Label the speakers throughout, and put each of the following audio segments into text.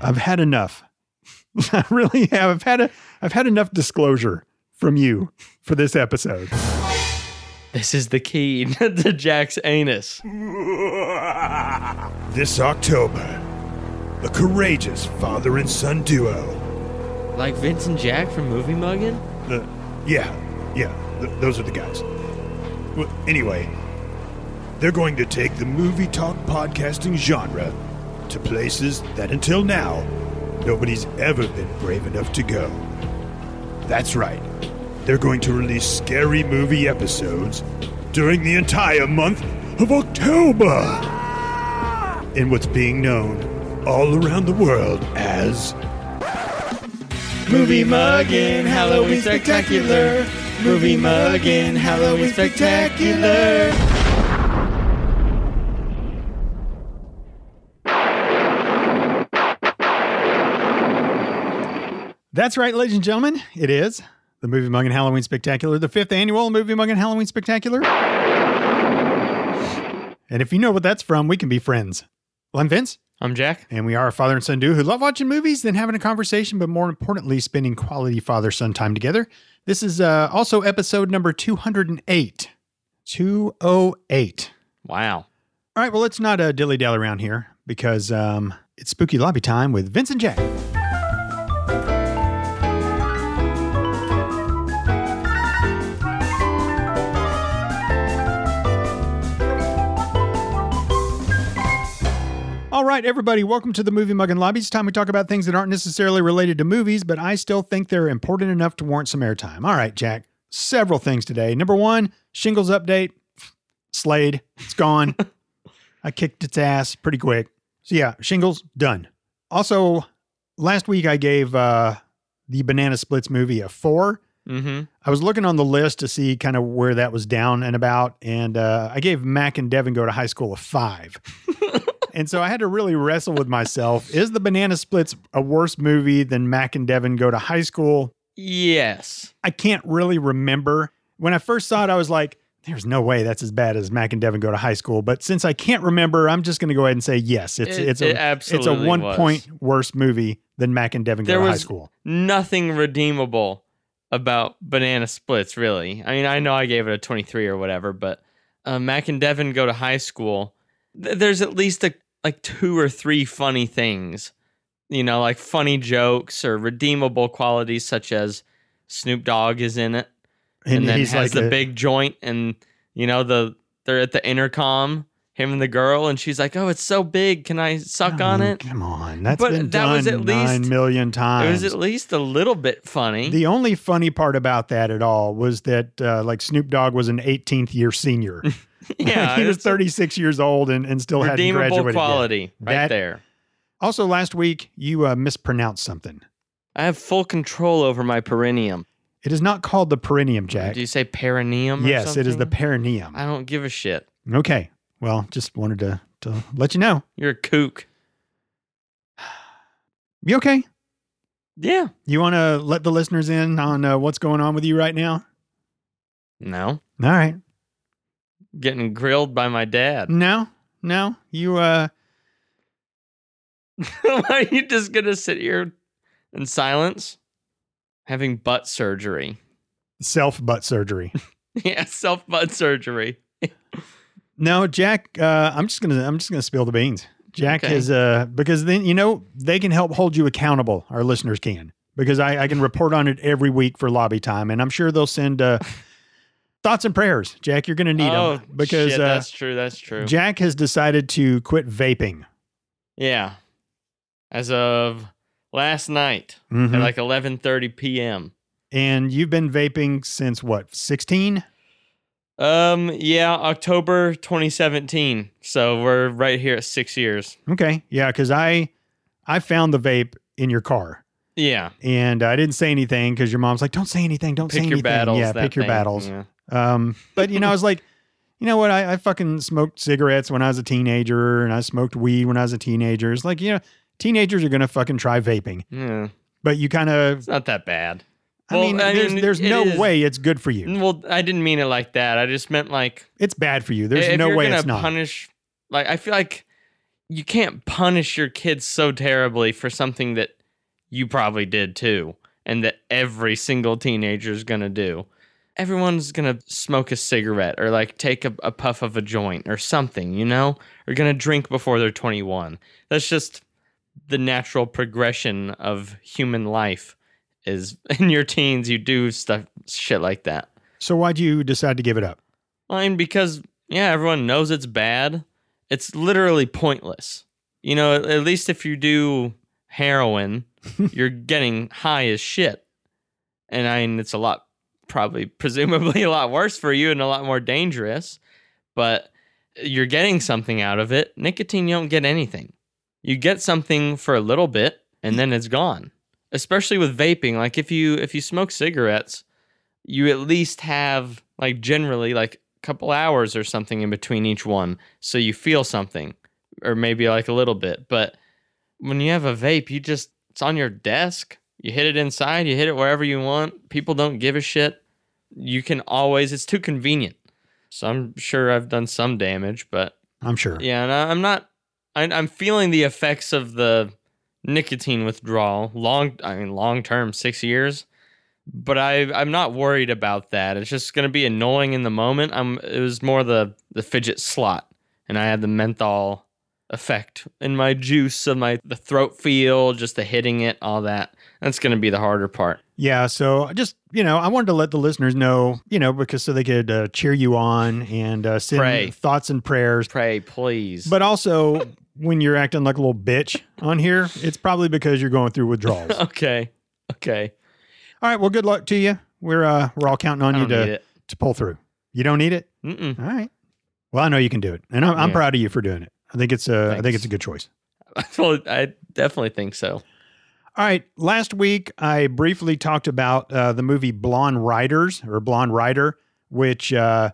Speaker 1: I've had enough. I really have. I've had a, I've had enough disclosure from you for this episode.
Speaker 2: This is the key to Jack's anus.
Speaker 3: This October, the courageous father and son duo.
Speaker 2: Like Vince and Jack from Movie Muggin?
Speaker 3: The, yeah, yeah, th- those are the guys. Well, anyway, they're going to take the movie talk podcasting genre to places that until now nobody's ever been brave enough to go. That's right. They're going to release scary movie episodes during the entire month of October in what's being known all around the world as
Speaker 2: Movie Muggin Halloween Spectacular. Movie Muggin Halloween Spectacular.
Speaker 1: That's right, ladies and gentlemen. It is the Movie Mug and Halloween Spectacular, the fifth annual Movie Mug and Halloween Spectacular. And if you know what that's from, we can be friends. Well, I'm Vince,
Speaker 2: I'm Jack.
Speaker 1: and we are a father and son duo who love watching movies, then having a conversation, but more importantly, spending quality father son time together. This is uh, also episode number 208. 208.
Speaker 2: Wow.
Speaker 1: All right, well, let's not uh, dilly dally around here because um, it's spooky lobby time with Vince and Jack. All right, everybody, welcome to the Movie Mug and Lobby. It's time we talk about things that aren't necessarily related to movies, but I still think they're important enough to warrant some airtime. All right, Jack, several things today. Number one, shingles update. Slade, it's gone. I kicked its ass pretty quick. So yeah, shingles done. Also, last week I gave uh, the Banana Splits movie a four.
Speaker 2: Mm-hmm.
Speaker 1: I was looking on the list to see kind of where that was down and about, and uh, I gave Mac and Devin go to high school a five. and so I had to really wrestle with myself. Is the Banana Splits a worse movie than Mac and Devin go to high school?
Speaker 2: Yes.
Speaker 1: I can't really remember. When I first saw it, I was like, there's no way that's as bad as Mac and Devin go to high school. But since I can't remember, I'm just going to go ahead and say yes. It's
Speaker 2: It-
Speaker 1: it's
Speaker 2: it
Speaker 1: a it's a
Speaker 2: absolutely
Speaker 1: one
Speaker 2: was.
Speaker 1: point worse movie than Mac and Devin
Speaker 2: There
Speaker 1: go to high
Speaker 2: was-
Speaker 1: school.
Speaker 2: Nothing redeemable about Banana Splits, really. I mean, I know I gave it a 23 or whatever, but uh, Mac and Devin go to high school. Th- there's at least a, like two or three funny things, you know, like funny jokes or redeemable qualities, such as Snoop Dogg is in it. and, then has the
Speaker 1: a-
Speaker 2: big joint and you know the they're at the intercom him and the girl and she's like oh it's so big can i suck on
Speaker 1: Oh,
Speaker 2: it
Speaker 1: Come on, that's
Speaker 2: But
Speaker 1: been
Speaker 2: that
Speaker 1: done
Speaker 2: was at
Speaker 1: nine
Speaker 2: least-
Speaker 1: million
Speaker 2: it
Speaker 1: times.
Speaker 2: was at least a little bit funny
Speaker 1: the only funny part about that at all was that uh, like Snoop Dogg was an 18th year senior.
Speaker 2: yeah
Speaker 1: he was
Speaker 2: it's a
Speaker 1: 36 years old and, and still hadn't
Speaker 2: redeemable
Speaker 1: graduated. yet.
Speaker 2: quality right
Speaker 1: That-
Speaker 2: there
Speaker 1: Also, last week you uh, mispronounced something.
Speaker 2: i have full control over my perineum
Speaker 1: It is not called the perineum, Jack.
Speaker 2: do you say perineum or
Speaker 1: Yes, it is the
Speaker 2: something?
Speaker 1: perineum.
Speaker 2: i don't give a shit
Speaker 1: Okay. Well, just wanted to, to let you know.
Speaker 2: you're a kook
Speaker 1: You okay?
Speaker 2: yeah
Speaker 1: You want to let the listeners in on uh, what's going on with you right now?
Speaker 2: no
Speaker 1: All right.
Speaker 2: getting grilled by my dad
Speaker 1: No, no. You, uh,
Speaker 2: are you just gonna sit here in silence having butt surgery
Speaker 1: self butt surgery.
Speaker 2: Yeah, self butt surgery.
Speaker 1: No, Jack. Uh, I'm just gonna I'm just gonna spill the beans. Jack
Speaker 2: Okay.
Speaker 1: is uh because then you know they can help hold you accountable. Our listeners can because I, I can report on it every week for lobby time, and I'm sure they'll send uh, thoughts and prayers. Jack, you're gonna need
Speaker 2: oh,
Speaker 1: them because
Speaker 2: shit,
Speaker 1: uh,
Speaker 2: that's true. That's true.
Speaker 1: Jack has decided to quit vaping.
Speaker 2: yeah, as of last night
Speaker 1: Mhm.
Speaker 2: at like eleven thirty p.m.
Speaker 1: and you've been vaping since what 16?
Speaker 2: Um, yeah, October twenty seventeen. So we're right here at six years.
Speaker 1: Okay, yeah, because I I found the vape in your car.
Speaker 2: Yeah,
Speaker 1: And I didn't say anything because your mom's like, "Don't say anything. Don't say
Speaker 2: pick
Speaker 1: anything."
Speaker 2: your battles.
Speaker 1: yeah,
Speaker 2: that
Speaker 1: pick your
Speaker 2: thing.
Speaker 1: battles.
Speaker 2: Yeah.
Speaker 1: Um, but you know, I was like, you know what? I, I fucking smoked cigarettes when I was a teenager, and I smoked weed when I was a teenager. It's like you know, teenagers are gonna fucking try vaping,
Speaker 2: Yeah,
Speaker 1: but you kind of,
Speaker 2: it's not that bad.
Speaker 1: I mean, there's, there's
Speaker 2: it
Speaker 1: no
Speaker 2: is-
Speaker 1: way it's good for you.
Speaker 2: Well, I didn't mean it like that. I just meant like
Speaker 1: It's bad for you. There's
Speaker 2: if
Speaker 1: no
Speaker 2: you're
Speaker 1: way
Speaker 2: gonna
Speaker 1: it's not.
Speaker 2: punish like i feel like you can't punish your kids so terribly for something that you probably did too and that every single teenager is going to do. Everyone's going to smoke a cigarette or like take a, a puff of a joint or something, you know? Or going to drink before they're 21. That's just the natural progression of human life is in your teens you do stuff shit like that.
Speaker 1: So why'd you decide to give it up?
Speaker 2: I mean, because yeah, everyone knows it's bad. It's literally pointless. You know, at, at least if you do heroin, you're getting high as shit, and I mean, it's a lot, probably presumably a lot worse for you and a lot more dangerous. But you're getting something out of it. Nicotine, you don't get anything. You get something for a little bit, and then it's gone. Especially with vaping, like if you if you smoke cigarettes, you at least have like generally like a couple hours or something in between each one so you feel something or maybe like a little bit but when you have a vape you just it's on your desk you hit it inside you hit it wherever you want people don't give a shit you can always it's too convenient so i'm sure i've done some damage but
Speaker 1: I'm sure.
Speaker 2: yeah and I- i'm not I- i'm feeling the effects of the nicotine withdrawal long i mean long term six years but i i'm not worried about that it's just going to be annoying in the moment i'm it was more the the fidget slot and i had the menthol effect in my juice of my the throat feel just the hitting it all that that's going to be the harder part
Speaker 1: Yeah. So I just, you know, I wanted to let the listeners know, you know, because so they could uh, cheer you on and uh, send
Speaker 2: Pray.
Speaker 1: thoughts and prayers.
Speaker 2: pray please
Speaker 1: But also, when you're acting like a little bitch on here, it's probably because you're going through withdrawals. all
Speaker 2: okay okay
Speaker 1: right. Well, good luck to you. We're uh, we're all counting on
Speaker 2: i
Speaker 1: you
Speaker 2: don't need
Speaker 1: to,
Speaker 2: it
Speaker 1: to pull through. You don't need it.
Speaker 2: Mm-mm.
Speaker 1: All right. Well, I know you can do it, and I'm, I'm
Speaker 2: Yeah.
Speaker 1: proud of you for doing it. I think it's a I think
Speaker 2: Thanks.
Speaker 1: it's a good choice.
Speaker 2: well i definitely think so
Speaker 1: All right. Last week, I briefly talked about uh, the movie Blonde Riders or Blonde Rider, which uh,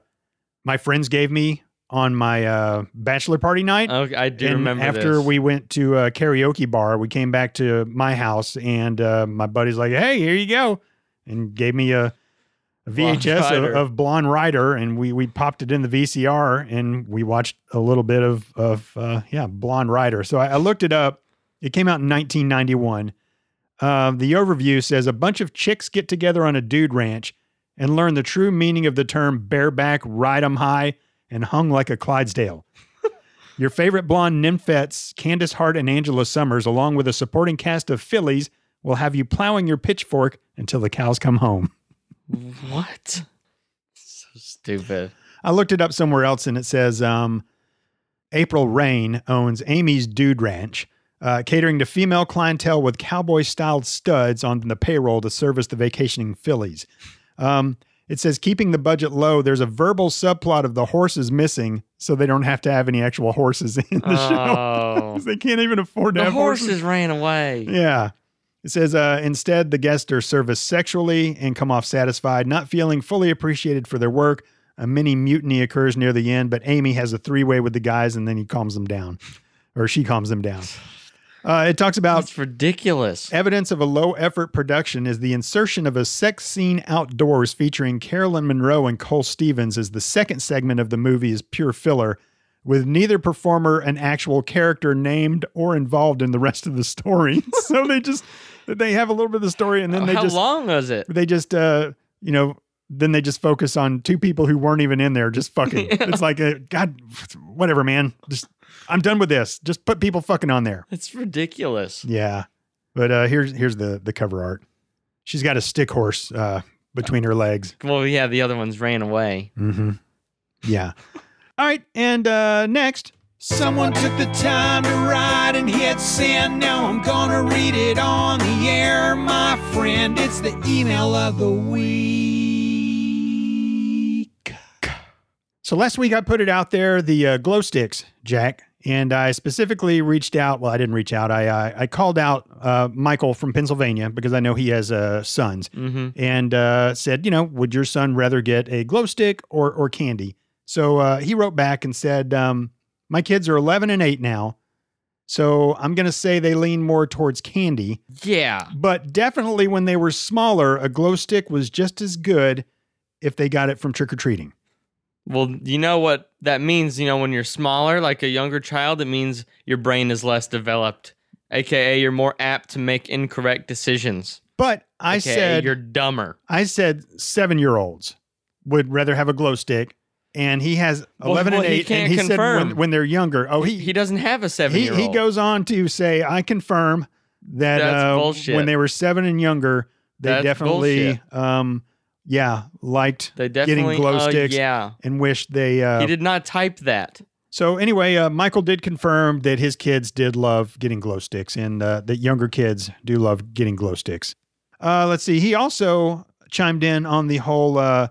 Speaker 1: my friends gave me on my uh, bachelor party night.
Speaker 2: okay, Uh, i do
Speaker 1: and
Speaker 2: remember
Speaker 1: after
Speaker 2: this.
Speaker 1: we went to a karaoke bar, we came back to my house, and uh, my buddy's like, "Hey, here you go," and gave me a, a
Speaker 2: Blonde
Speaker 1: VHS of,
Speaker 2: Rider.
Speaker 1: of Blonde Rider, and we we popped it in the VCR, and we watched a little bit of of uh, yeah Blonde Rider. So I, I looked it up. It came out in 1991. Um, the overview says a bunch of chicks get together on a dude ranch and learn the true meaning of the term bareback, ride 'em high, and hung like a Clydesdale. Your favorite blonde nymphets, Candace Hart and Angela Summers, along with a supporting cast of fillies, will have you plowing your pitchfork until the cows come home.
Speaker 2: what so stupid
Speaker 1: I looked it up somewhere else and it says um, April Rain owns Amy's Dude Ranch, uh, catering to female clientele with cowboy styled studs on the payroll to service the vacationing fillies. Um, it says, keeping the budget low, there's a verbal subplot of the horses missing, so they don't have to have any actual horses in the show.
Speaker 2: oh
Speaker 1: 'Cause They can't even afford to
Speaker 2: the
Speaker 1: have
Speaker 2: horses,
Speaker 1: horses.
Speaker 2: ran away.
Speaker 1: Yeah. It says, uh, instead, the guests are serviced sexually and come off satisfied, not feeling fully appreciated for their work. A mini mutiny occurs near the end, but Amy has a three way with the guys and then he calms them down, or she calms them down. Uh, it talks about
Speaker 2: That's ridiculous.
Speaker 1: Evidence of a low effort production is the insertion of a sex scene outdoors featuring Carolyn Monroe and Cole Stevens as the second segment of the movie is pure filler, with neither performer an actual character named or involved in the rest of the story. so they just they have a little bit of the story and then they
Speaker 2: Oh, How
Speaker 1: just
Speaker 2: long was it?
Speaker 1: they just uh you know then they just focus on two people who weren't even in there just fucking. It's like a, God, whatever, man. Just I'm done with this. Just put people fucking on there.
Speaker 2: It's ridiculous.
Speaker 1: Yeah. But uh, here's here's the the cover art. She's got a stick horse uh, between her legs.
Speaker 2: Well, yeah, the other ones ran away.
Speaker 1: Mm-hmm. Yeah. All right, and uh, next.
Speaker 4: Someone took the time to write and hit send. Now I'm gonna read it on the air, my friend. It's the email of the week.
Speaker 1: So last week I put it out there the uh, glow sticks, Jack, and I specifically reached out. Well, I didn't reach out. I I, I called out uh, Michael from Pennsylvania because I know he has uh, sons.
Speaker 2: Mm-hmm.
Speaker 1: and uh, said, you know, would your son rather get a glow stick or or candy? So uh, he wrote back and said, um, my kids are 11 and 8 now, so I'm gonna say they lean more towards candy,
Speaker 2: Yeah.
Speaker 1: but definitely when they were smaller, a glow stick was just as good if they got it from trick or treating.
Speaker 2: Well, you know what that means, you know, when you're smaller, like a younger child, it means your brain is less developed, aka you're more apt to make incorrect decisions.
Speaker 1: But I
Speaker 2: AKA
Speaker 1: said
Speaker 2: you're dumber.
Speaker 1: I said seven year olds would rather have a glow stick, and he has
Speaker 2: Well,
Speaker 1: eleven
Speaker 2: well,
Speaker 1: and
Speaker 2: he
Speaker 1: eight,
Speaker 2: can't
Speaker 1: and he said when,
Speaker 2: confirm.
Speaker 1: when they're younger. Oh, he
Speaker 2: He doesn't have a seven
Speaker 1: he,
Speaker 2: year
Speaker 1: he
Speaker 2: old.
Speaker 1: goes on to say, I confirm that
Speaker 2: That's
Speaker 1: uh,
Speaker 2: bullshit.
Speaker 1: when they were seven and younger, they
Speaker 2: That's
Speaker 1: definitely, um, yeah, liked
Speaker 2: They definitely
Speaker 1: glow
Speaker 2: uh,
Speaker 1: sticks.
Speaker 2: Yeah.
Speaker 1: and wished they. Uh,
Speaker 2: He did not type that.
Speaker 1: so anyway, uh, Michael did confirm that his kids did love getting glow sticks, and uh, that younger kids do love getting glow sticks. Uh, let's see. He also chimed in on the whole uh,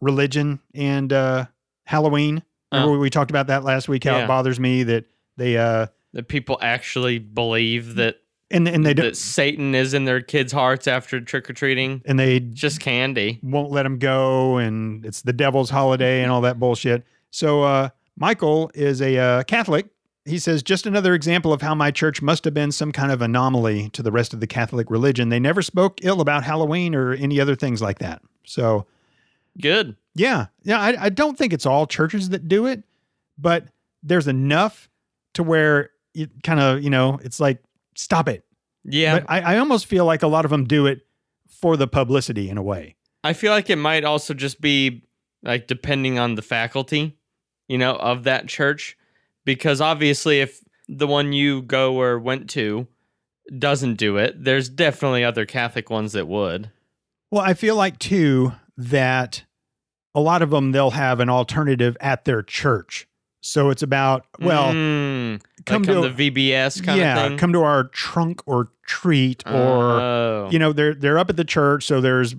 Speaker 1: religion and uh, Halloween. Remember we talked about that last week? How it
Speaker 2: Uh-huh. Yeah.
Speaker 1: bothers me that they uh,
Speaker 2: That people actually believe that
Speaker 1: and and they don't
Speaker 2: that Satan is in their kids' hearts after trick or treating.
Speaker 1: and they
Speaker 2: Just candy.
Speaker 1: won't let him go and it's the devil's holiday and all that bullshit. So uh, Michael is a uh, Catholic. He says, just another example of how my church must have been some kind of anomaly to the rest of the Catholic religion. They never spoke ill about Halloween or any other things like that. So,
Speaker 2: Good.
Speaker 1: yeah, yeah, I, I don't think it's all churches that do it, but there's enough to where it kind of, you know, it's like, stop it.
Speaker 2: Yeah.
Speaker 1: But I, I almost feel like a lot of them do it for the publicity in a way.
Speaker 2: I feel like it might also just be like depending on the faculty, you know, of that church. Because obviously, if the one you go or went to doesn't do it, there's definitely other Catholic ones that would.
Speaker 1: Well, I feel like too that a lot of them they'll have an alternative at their church. So it's about well,
Speaker 2: Mm, like
Speaker 1: come
Speaker 2: come,
Speaker 1: to-
Speaker 2: to VBS kind
Speaker 1: yeah,
Speaker 2: of thing. Uh,
Speaker 1: come to our trunk or treat or
Speaker 2: oh.
Speaker 1: you know they're they're up at the church, so there's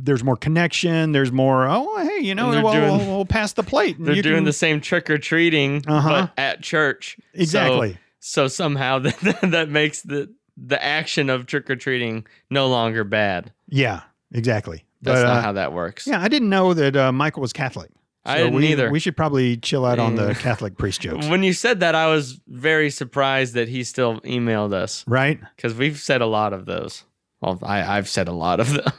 Speaker 1: there's more connection. There's more. Oh, hey, you know,
Speaker 2: And they're
Speaker 1: we'll,
Speaker 2: doing-
Speaker 1: we'll, we'll pass the plate. and
Speaker 2: they're
Speaker 1: you
Speaker 2: doing
Speaker 1: can-
Speaker 2: the same trick or treating,
Speaker 1: Uh-huh.
Speaker 2: but at church. So-
Speaker 1: exactly.
Speaker 2: So, somehow that that makes the the action of trick or treating no longer bad.
Speaker 1: yeah, exactly.
Speaker 2: That's
Speaker 1: but
Speaker 2: not
Speaker 1: uh,
Speaker 2: how that works.
Speaker 1: yeah, I didn't know that uh, Michael was Catholic.
Speaker 2: I
Speaker 1: So
Speaker 2: didn't
Speaker 1: we,
Speaker 2: either. Mm.
Speaker 1: We should probably chill out on the
Speaker 2: Yeah.
Speaker 1: Catholic priest jokes,
Speaker 2: When you said that, I was very surprised that he still emailed us
Speaker 1: right?
Speaker 2: because we've said a lot of those. Well, I, I've said a lot of them.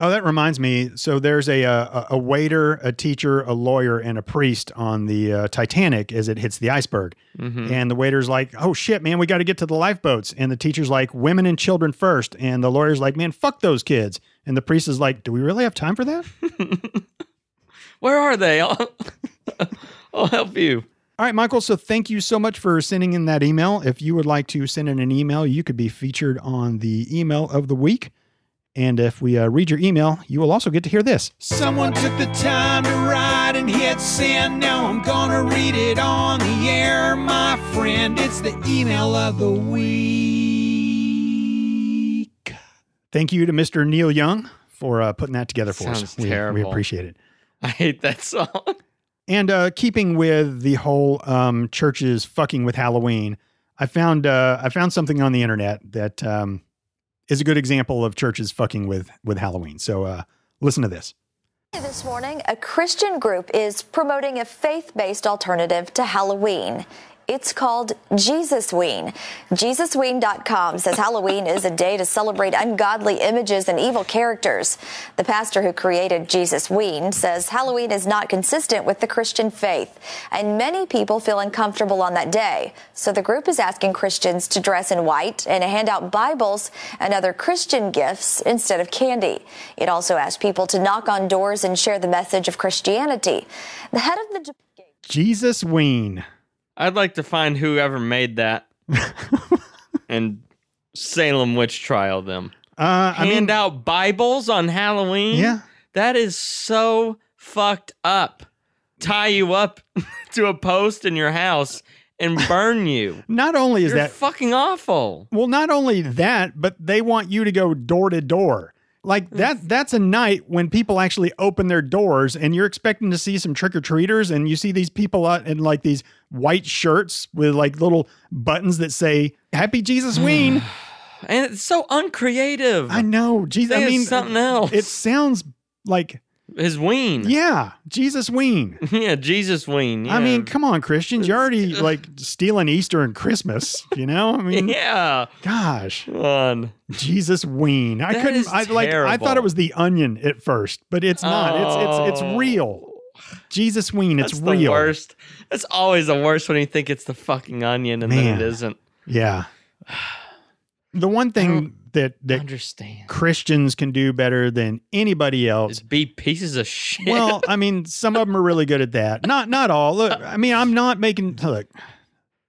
Speaker 1: Oh, that reminds me. So there's a a, a waiter, a teacher, a lawyer, and a priest on the uh, Titanic as it hits the iceberg.
Speaker 2: Mhm.
Speaker 1: And the waiter's like, "Oh shit, man, we got to get to the lifeboats." And the teacher's like, "Women and children first. And the lawyer's like, "Man, fuck those kids." And the priest is like, "Do we really have time for that?"
Speaker 2: Where are they? I'll, I'll help you.
Speaker 1: All right, Michael. So thank you so much for sending in that email. If you would like to send in an email, you could be featured on the email of the week. And if we uh, read your email, you will also get to hear this.
Speaker 4: Someone took the time to write and hit send. Now I'm gonna read it on the air, my friend. It's the email of the week.
Speaker 1: Thank you to Mr. Neil Young for uh, putting that together for us.
Speaker 2: Sounds
Speaker 1: We- We,
Speaker 2: terrible.
Speaker 1: appreciate it.
Speaker 2: I hate that song.
Speaker 1: And uh, keeping with the whole um, churches fucking with Halloween, I found uh, I found something on the internet that um, is a good example of churches fucking with with Halloween. So uh, listen to this.
Speaker 5: This morning, a Christian group is promoting a faith based alternative to Halloween. It's called Jesusween. JesusWeen.com says Halloween is a day to celebrate ungodly images and evil characters. The pastor who created Jesusween says Halloween is not consistent with the Christian faith, and many people feel uncomfortable on that day. So the group is asking Christians to dress in white and hand out Bibles and other Christian gifts instead of candy. It also asked people to knock on doors and share the message of Christianity. The head of the
Speaker 1: Jesus Ween.
Speaker 2: I'd like to find whoever made that and Salem witch trial them.
Speaker 1: Uh, I
Speaker 2: Hand
Speaker 1: mean,
Speaker 2: out Bibles on Halloween.
Speaker 1: yeah,
Speaker 2: That is so fucked up. Tie you up to a post in your house and burn you.
Speaker 1: not only is
Speaker 2: You're
Speaker 1: that
Speaker 2: fucking awful.
Speaker 1: Well, not only that, but they want you to go door to door. Like
Speaker 2: Mm.
Speaker 1: that that's a night when people actually open their doors and you're expecting to see some trick or treaters and you see these people out in like these white shirts with like little buttons that say Happy Jesus
Speaker 2: Mm.
Speaker 1: Ween.
Speaker 2: And it's so uncreative.
Speaker 1: I know. Jesus I
Speaker 2: Think it's
Speaker 1: mean
Speaker 2: something else.
Speaker 1: It sounds like
Speaker 2: His ween.
Speaker 1: yeah, Jesus Ween.
Speaker 2: Yeah, Jesus ween.
Speaker 1: I
Speaker 2: yeah.
Speaker 1: mean, come on, Christians, you're already like stealing Easter and Christmas, you know? I mean,
Speaker 2: Yeah.
Speaker 1: gosh.
Speaker 2: Come on.
Speaker 1: Jesus Ween. I
Speaker 2: That
Speaker 1: couldn't.
Speaker 2: is
Speaker 1: I like. I thought it
Speaker 2: terrible.
Speaker 1: was the Onion at first, but it's not. It's it's it's
Speaker 2: Oh.
Speaker 1: real. Jesus Ween, it's
Speaker 2: That's the
Speaker 1: real.
Speaker 2: worst. That's always the worst when you think it's the fucking onion and then
Speaker 1: Man.
Speaker 2: it isn't.
Speaker 1: Yeah. The one thing that that
Speaker 2: Understand?
Speaker 1: Christians can do better than anybody else.
Speaker 2: Just be pieces of shit.
Speaker 1: Well, I mean, some of them are really good at that. Not not all. Look, I mean, I'm not making look.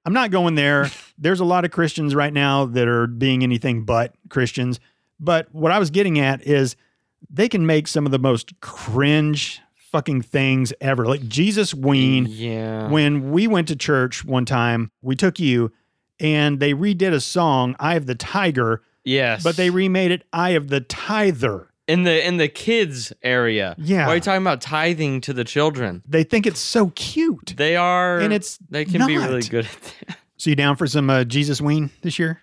Speaker 1: I'm not going there. There's a lot of Christians right now that are being anything but Christians. But what I was getting at is they can make some of the most cringe fucking things ever. Like Jesus Ween
Speaker 2: yeah.
Speaker 1: when we went to church one time, we took you and they redid a song, Eye of the Tiger,
Speaker 2: yes.
Speaker 1: but they remade it Eye of the Tither.
Speaker 2: in the in the kids area.
Speaker 1: Yeah.
Speaker 2: Why are you talking about tithing to the children?
Speaker 1: They think it's so cute.
Speaker 2: They are
Speaker 1: And it's
Speaker 2: they can be really
Speaker 1: not.
Speaker 2: good at that.
Speaker 1: So you down for some uh, Jesus Ween this year?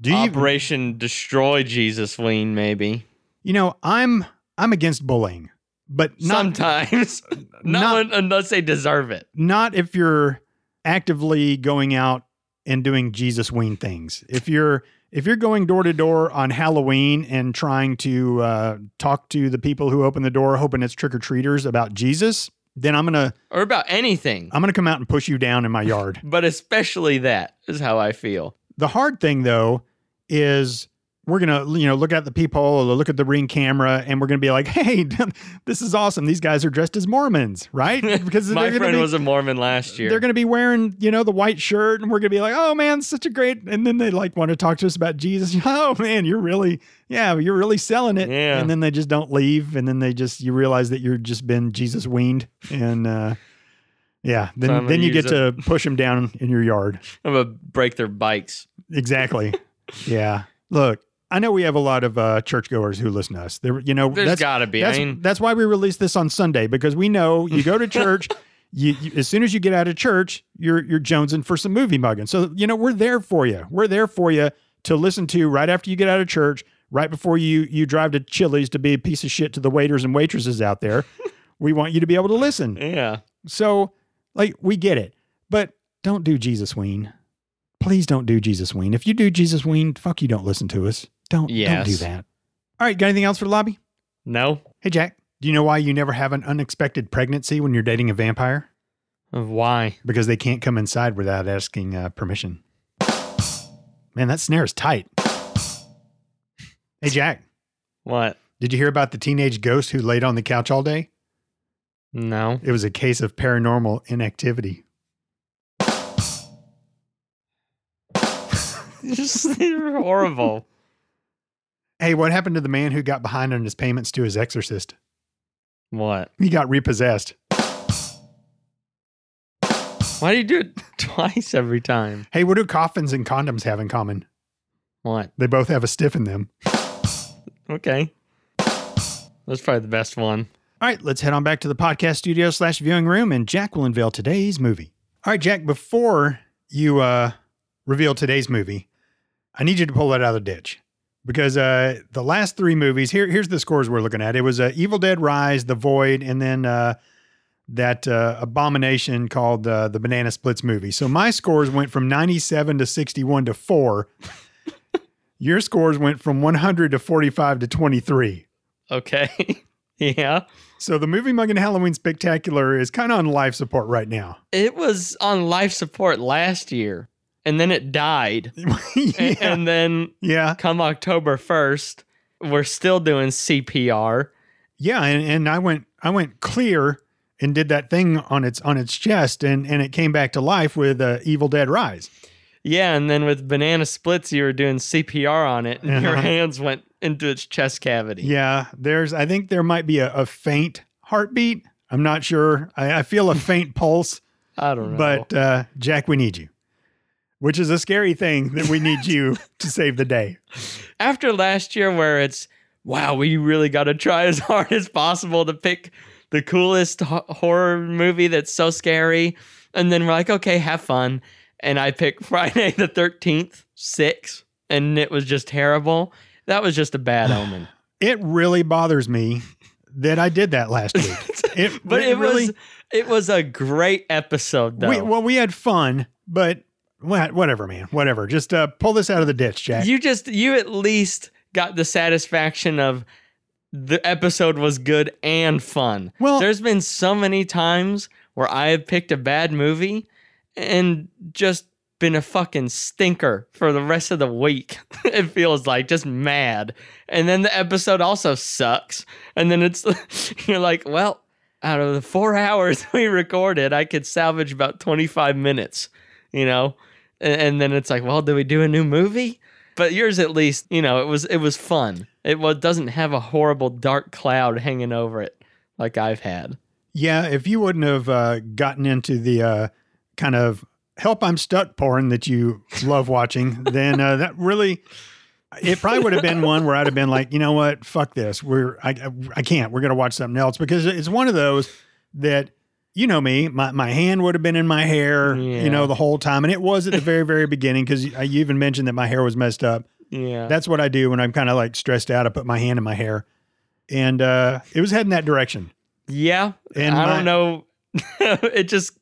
Speaker 1: Do you
Speaker 2: Operation Destroy Jesus Ween, maybe.
Speaker 1: you know, I'm I'm against bullying, but not
Speaker 2: Sometimes. not,
Speaker 1: not-
Speaker 2: un- unless they deserve it.
Speaker 1: not if you're actively going out and doing Jesus Ween things. If you're if you're going door to door on Halloween and trying to uh, talk to the people who open the door, hoping it's trick or treaters about Jesus, then I'm gonna
Speaker 2: Or about anything.
Speaker 1: I'm gonna come out and push you down in my yard.
Speaker 2: but especially that is how I feel.
Speaker 1: The hard thing though is we're gonna you know look at the peephole or look at the ring camera and we're gonna be like, hey, this is awesome. These guys are dressed as Mormons, right? Because
Speaker 2: My
Speaker 1: they're gonna
Speaker 2: friend
Speaker 1: be-
Speaker 2: was a Mormon last year.
Speaker 1: They're going to be wearing, you know, the white shirt, and we're going to be like, "Oh man, such a great!" And then they like want to talk to us about Jesus. Oh man, you're really, yeah, you're really selling it.
Speaker 2: Yeah.
Speaker 1: And then they just don't leave, and then they just you realize that you're just been Jesus weaned, and uh, yeah, then
Speaker 2: So I'm gonna
Speaker 1: then you get
Speaker 2: use
Speaker 1: to push them down in your yard.
Speaker 2: I'm gonna break their bikes.
Speaker 1: Exactly. yeah. Look, I know we have a lot of uh, churchgoers who listen to us. There, you know,
Speaker 2: There's
Speaker 1: that's-
Speaker 2: gotta be. I
Speaker 1: That's,
Speaker 2: mean-
Speaker 1: that's why we release this on Sunday because we know you go to church. You, you, as soon as you get out of church, you're you're jonesing for some movie mugging. So you know we're there for you. We're there for you to listen to right after you get out of church, right before you you drive to Chili's to be a piece of shit to the waiters and waitresses out there. we want you to be able to listen.
Speaker 2: Yeah.
Speaker 1: So, like, we get it, but don't do Jesus Ween. Please don't do Jesus Ween. If you do Jesus Ween, fuck you, don't listen to us. Don't, don't do
Speaker 2: Yes.
Speaker 1: that. All right, got anything else for the lobby?
Speaker 2: No?
Speaker 1: Hey, Jack, do you know why you never have an unexpected pregnancy when you're dating a vampire?
Speaker 2: Why?
Speaker 1: Because they can't come inside without asking uh, permission. Man, that snare is tight. Hey, Jack,
Speaker 2: What?
Speaker 1: did you hear about the teenage ghost who laid on the couch all day?
Speaker 2: No.
Speaker 1: It was a case of paranormal inactivity.
Speaker 2: Just they're horrible.
Speaker 1: Hey, what happened to the man who got behind on his payments to his exorcist?
Speaker 2: What?
Speaker 1: He got repossessed.
Speaker 2: Why do you do it twice every time?
Speaker 1: Hey, what do coffins and condoms have in common?
Speaker 2: What?
Speaker 1: They both have a stiff in them.
Speaker 2: Okay. That's probably the best one.
Speaker 1: All right, let's head on back to the podcast studio slash viewing room, and Jack will unveil today's movie. All right, Jack, before you uh, reveal today's movie, I need you to pull that out of the ditch because uh, the last three movies here here's the scores we're looking at. It was uh, Evil Dead Rise, The Void, and then uh, that uh, abomination called uh, the Banana Splits movie. So my scores went from 97 to 61 to four. Your scores went from 100 to 45 to 23.
Speaker 2: Okay. yeah.
Speaker 1: So the movie Mug and Halloween Spectacular is kind of on life support right now.
Speaker 2: It was on life support last year and then it died. A-
Speaker 1: yeah.
Speaker 2: And then
Speaker 1: yeah.
Speaker 2: come October 1st, we're still doing CPR.
Speaker 1: Yeah, and, and I went I went clear and did that thing on its on its chest and and it came back to life with uh, Evil Dead Rise.
Speaker 2: Yeah. And then with banana splits, you were doing CPR on it and your
Speaker 1: Uh-huh.
Speaker 2: hands went into its chest cavity.
Speaker 1: Yeah, there's I think there might be a, a faint heartbeat. I'm not sure. I, I feel a faint pulse,
Speaker 2: I don't know.
Speaker 1: but uh, Jack, we need you. Which is a scary thing that we need you to save the day.
Speaker 2: after last year where it's wow we really got to try as hard as possible to pick the coolest ho- horror movie that's so scary and then we're like okay have fun and i picked friday the 13th 6 and it was just terrible that was just a bad omen
Speaker 1: It really bothers me that I did that last week. It,
Speaker 2: but it,
Speaker 1: really,
Speaker 2: was it was a great episode though
Speaker 1: We, well, we had fun, but wha- whatever, man, whatever. Just uh, pull this out of the ditch, Jack.
Speaker 2: you just you at least got the satisfaction of the episode was good and fun.
Speaker 1: Well-
Speaker 2: there's been so many times where I have picked a bad movie and just been a fucking stinker for the rest of the week. it feels like just mad. And then the episode also sucks. And then it's you're like, well, out of the 4 hours we recorded, I could salvage about 25 minutes, you know. And, and then it's like, well, do we do a new movie? But yours at least, you know, it was it was fun. It was, doesn't have a horrible dark cloud hanging over it like I've had.
Speaker 1: Yeah, if you wouldn't have uh, gotten into the uh, kind of help I'm stuck porn that you love watching, then uh, that really it probably would have been one where I'd have been like, you know what, fuck this, we're I I- I can't, we're gonna watch something else because it's one of those that you know me, my my hand would have been in my hair, you
Speaker 2: Yeah.
Speaker 1: know, the whole time, and it was at the very very beginning because you uh, you even mentioned that my hair was messed up.
Speaker 2: Yeah.
Speaker 1: That's what I do when I'm kind of like stressed out. I put my hand in my hair, and uh, it was heading that direction.
Speaker 2: Yeah.
Speaker 1: And
Speaker 2: I
Speaker 1: my-
Speaker 2: don't know. it just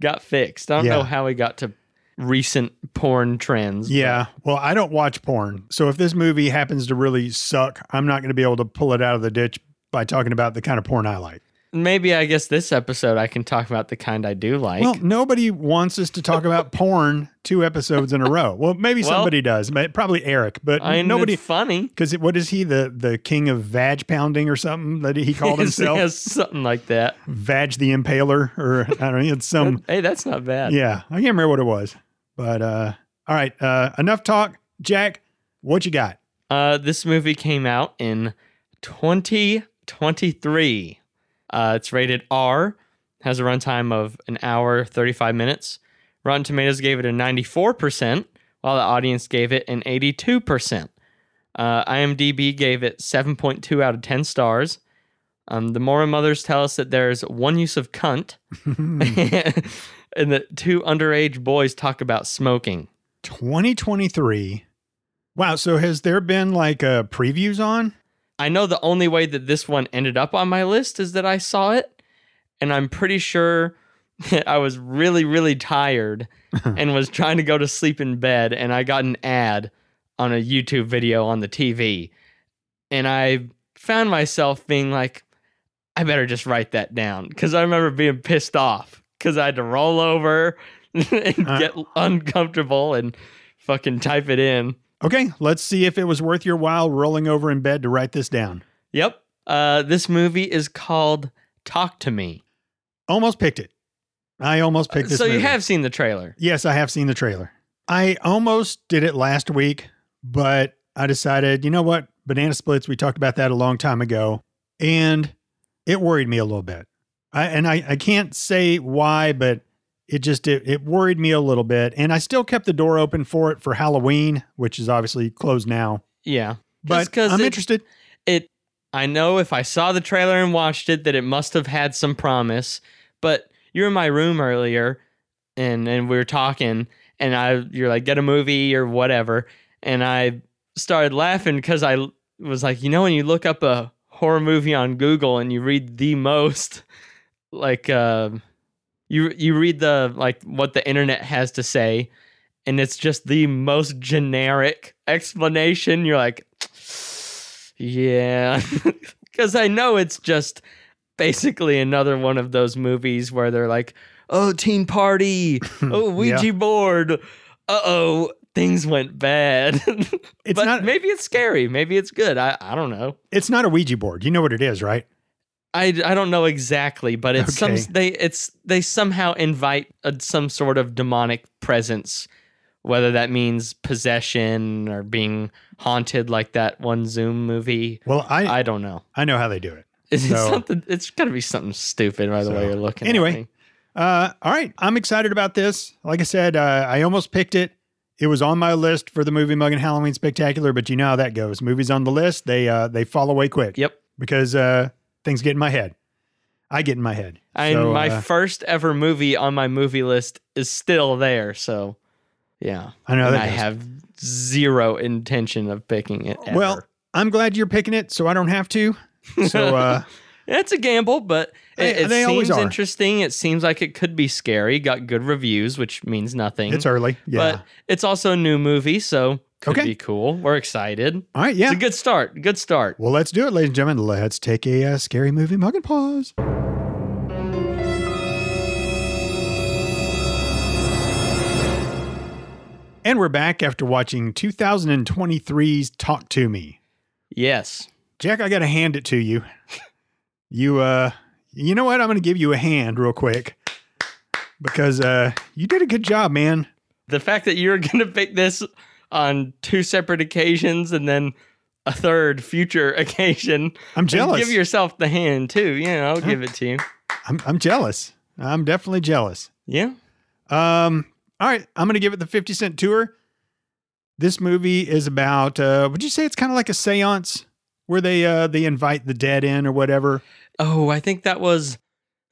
Speaker 2: got fixed. I don't
Speaker 1: Yeah.
Speaker 2: know how we got to recent porn trends. but
Speaker 1: Yeah. Well, I don't watch porn. So if this movie happens to really suck, I'm not going to be able to pull it out of the ditch by talking about the kind of porn I like.
Speaker 2: Maybe I guess this episode I can talk about the kind I do like.
Speaker 1: Well, nobody wants us to talk about porn two episodes in a row. Well, maybe
Speaker 2: Well-
Speaker 1: somebody does, ma- probably Eric, but
Speaker 2: I mean,
Speaker 1: nobody.
Speaker 2: it's funny.
Speaker 1: Because what is he, the, the king of vag pounding or something that he called
Speaker 2: Yes,
Speaker 1: himself?
Speaker 2: yes, something like that.
Speaker 1: Vag the Impaler, or I don't know, it's some.
Speaker 2: hey, that's not bad.
Speaker 1: Yeah, I can't remember what it was. But uh, all right, uh, enough talk. Jack, what you got?
Speaker 2: Uh, this movie came out in 2023. Uh, it's rated R, has a runtime of an hour, 35 minutes. Rotten Tomatoes gave it a 94%, while the audience gave it an 82%. Uh, IMDb gave it 7.2 out of 10 stars. Um, the Mora mothers tell us that there's one use of cunt, and that two underage boys talk about smoking.
Speaker 1: 2023. Wow. So has there been like uh, previews on?
Speaker 2: I know the only way that this one ended up on my list is that I saw it, and I'm pretty sure that I was really, really tired and was trying to go to sleep in bed, and I got an ad on a YouTube video on the TV, and I found myself being like, I better just write that down because I remember being pissed off because I had to roll over and
Speaker 1: Uh.
Speaker 2: get uncomfortable and fucking type it in.
Speaker 1: Okay. Let's see if it was worth your while rolling over in bed to write this down.
Speaker 2: Yep. Uh, this movie is called Talk to Me.
Speaker 1: Almost picked it. I almost picked this.
Speaker 2: Uh, so you
Speaker 1: movie.
Speaker 2: have seen the trailer.
Speaker 1: Yes, I have seen the trailer. I almost did it last week, but I decided, you know what? Banana splits, we talked about that a long time ago, and it worried me a little bit. I, and I, I can't say why, but it just it, it worried me a little bit. And I still kept the door open for it for Halloween, which is obviously closed now.
Speaker 2: Yeah.
Speaker 1: But
Speaker 2: Just 'cause
Speaker 1: I'm
Speaker 2: it-
Speaker 1: interested.
Speaker 2: It I know if I saw the trailer and watched it that it must have had some promise, but you're in my room earlier and and we were talking and I you're like get a movie or whatever and I started laughing cuz I l- was like, you know when you look up a horror movie on Google and you read the most like um you you read the like what the internet has to say and it's just the most generic explanation you're like yeah because i know it's just basically another one of those movies where they're like oh teen party oh ouija board uh-oh things went bad
Speaker 1: It's
Speaker 2: but
Speaker 1: not-
Speaker 2: maybe it's scary maybe it's good i, I don't know
Speaker 1: It's not a Ouija board. You know what it is, right?
Speaker 2: I, I don't know exactly, but it's
Speaker 1: Okay.
Speaker 2: some they it's they somehow invite a, some sort of demonic presence, whether that means possession or being haunted like that one Zoom movie.
Speaker 1: Well, I I,
Speaker 2: I don't know.
Speaker 1: know how they do it.
Speaker 2: It's
Speaker 1: So-
Speaker 2: something. It's got to be something stupid by the way
Speaker 1: So,
Speaker 2: you're looking. at
Speaker 1: anyway.
Speaker 2: me.
Speaker 1: Uh, all right, I'm excited about this. Like I said, uh, I almost picked it. It was on my list for the movie Mug and Halloween Spectacular, but you know how that goes. Movies on the list, they uh, they fall away quick.
Speaker 2: Yep.
Speaker 1: Because uh, things get in my head. I get in my head.
Speaker 2: And
Speaker 1: So,
Speaker 2: my
Speaker 1: uh,
Speaker 2: first ever movie on my movie list is still there. So, yeah.
Speaker 1: I know
Speaker 2: And
Speaker 1: that
Speaker 2: I
Speaker 1: goes.
Speaker 2: have zero intention of picking it. Ever.
Speaker 1: Well, I'm glad you're picking it, so I don't have to. So uh,
Speaker 2: It's a gamble, but it,
Speaker 1: They-
Speaker 2: it
Speaker 1: they always
Speaker 2: seems
Speaker 1: are.
Speaker 2: interesting. It seems like it could be scary. Got good reviews, which means nothing.
Speaker 1: it's early. Yeah.
Speaker 2: But it's also a new movie, so Could
Speaker 1: Okay.
Speaker 2: be cool. We're excited.
Speaker 1: All right, yeah.
Speaker 2: It's a good start. Good start.
Speaker 1: Well, let's do it, ladies and gentlemen. Let's take a uh, scary movie mug and pause. And we're back after watching 2023's Talk to Me.
Speaker 2: Yes.
Speaker 1: Jack, I got to hand it to you. You, uh, you know what? I'm going to give you a hand real quick because uh, you did a good job, man.
Speaker 2: The fact that you're going to pick this on two separate occasions and then a third future occasion.
Speaker 1: I'm
Speaker 2: and
Speaker 1: jealous.
Speaker 2: Give yourself the hand too. Yeah, I'll give it to you.
Speaker 1: I'm, I'm jealous. I'm definitely jealous.
Speaker 2: Yeah.
Speaker 1: Um, all right, I'm gonna give it the 50 cent tour. This movie is about uh would you say it's kind of like a séance where they uh they invite the dead in or whatever?
Speaker 2: Oh, I think that was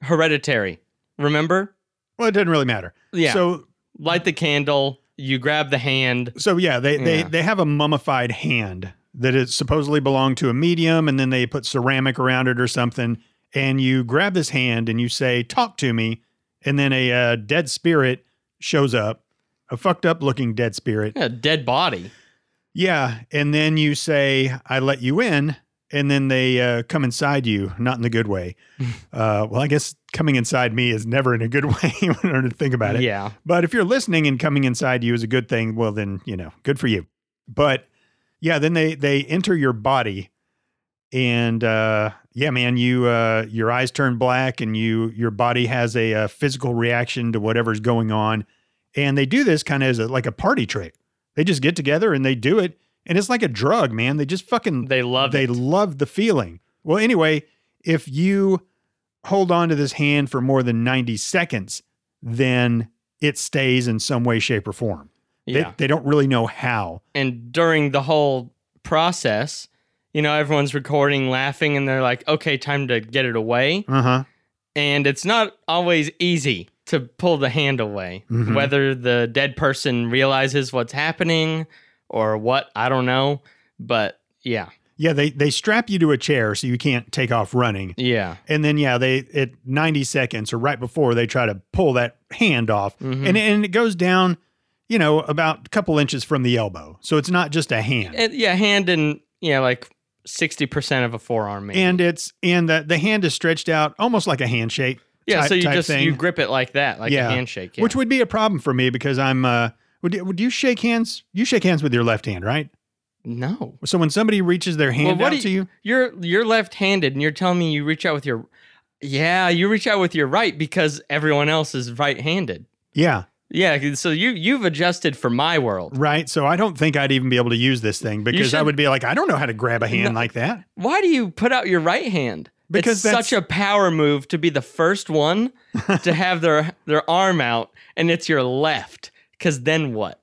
Speaker 2: hereditary. Remember?
Speaker 1: Well, it doesn't really matter.
Speaker 2: Yeah.
Speaker 1: So
Speaker 2: Light the candle, you grab the hand.
Speaker 1: so yeah, they they
Speaker 2: Yeah.
Speaker 1: they have a mummified hand that it supposedly belonged to a medium and then they put ceramic around it or something and you grab this hand and you say talk to me and then a uh, dead spirit shows up, a fucked up looking dead spirit.
Speaker 2: Yeah, dead body.
Speaker 1: Yeah, and then you say, "I let you in," and then they uh, come inside you, not in the good way. uh, well, I guess coming inside me is never in a good way when I think about it.
Speaker 2: Yeah.
Speaker 1: But if you're listening and coming inside you is a good thing, well then you know, good for you. But yeah, then they they enter your body, and uh, yeah, man, you uh, your eyes turn black, and you your body has a, uh physical reaction to whatever's going on, and they do this kind of as a, like a party trick. They just get together and they do it, and it's like a drug, man. They just fucking
Speaker 2: They love
Speaker 1: they
Speaker 2: it.
Speaker 1: love the feeling. Well, anyway, if you hold on to this hand for more than 90 seconds, then it stays in some way, shape, or form. They-
Speaker 2: Yeah.
Speaker 1: They, don't really know how.
Speaker 2: and during the whole process, you know, everyone's recording, laughing, and they're like, okay, time to get it away.
Speaker 1: Uh huh.
Speaker 2: And it's not always easy to pull the hand away,
Speaker 1: Mhm.
Speaker 2: whether the dead person realizes what's happening or what, I don't know. But yeah,
Speaker 1: Yeah, they, they strap you to a chair so you can't take off running.
Speaker 2: yeah,
Speaker 1: And then, yeah, they at 90 seconds or right before they try to pull that hand off.
Speaker 2: Mhm.
Speaker 1: And, and it goes down, you know, about a couple inches from the elbow. So it's not just a hand.
Speaker 2: And- yeah, hand and yeah, like sixty percent of a forearm. Maybe.
Speaker 1: and it's and the, the hand is stretched out almost like a handshake.
Speaker 2: yeah,
Speaker 1: type-
Speaker 2: so you
Speaker 1: type
Speaker 2: just
Speaker 1: thing.
Speaker 2: you grip it like that, like
Speaker 1: Yeah.
Speaker 2: a handshake, yeah.
Speaker 1: which would be a problem for me because I'm. Uh, would you- would you shake hands? You shake hands with your left hand, right?
Speaker 2: no.
Speaker 1: So when somebody reaches their hand
Speaker 2: what
Speaker 1: out
Speaker 2: do
Speaker 1: to you,
Speaker 2: You're you're left-handed, and you're telling me you reach out with your, yeah, you reach out with your right because everyone else is right-handed.
Speaker 1: yeah,
Speaker 2: Yeah, so you you've adjusted for my world.
Speaker 1: right. So I don't think I'd even be able to use this thing because I
Speaker 2: should-
Speaker 1: would be like, I don't know how to grab a hand like that.
Speaker 2: Why do you put out your right hand?
Speaker 1: Because
Speaker 2: it's
Speaker 1: that's-
Speaker 2: such a power move to be the first one to have their their arm out, and it's your left. Because then what?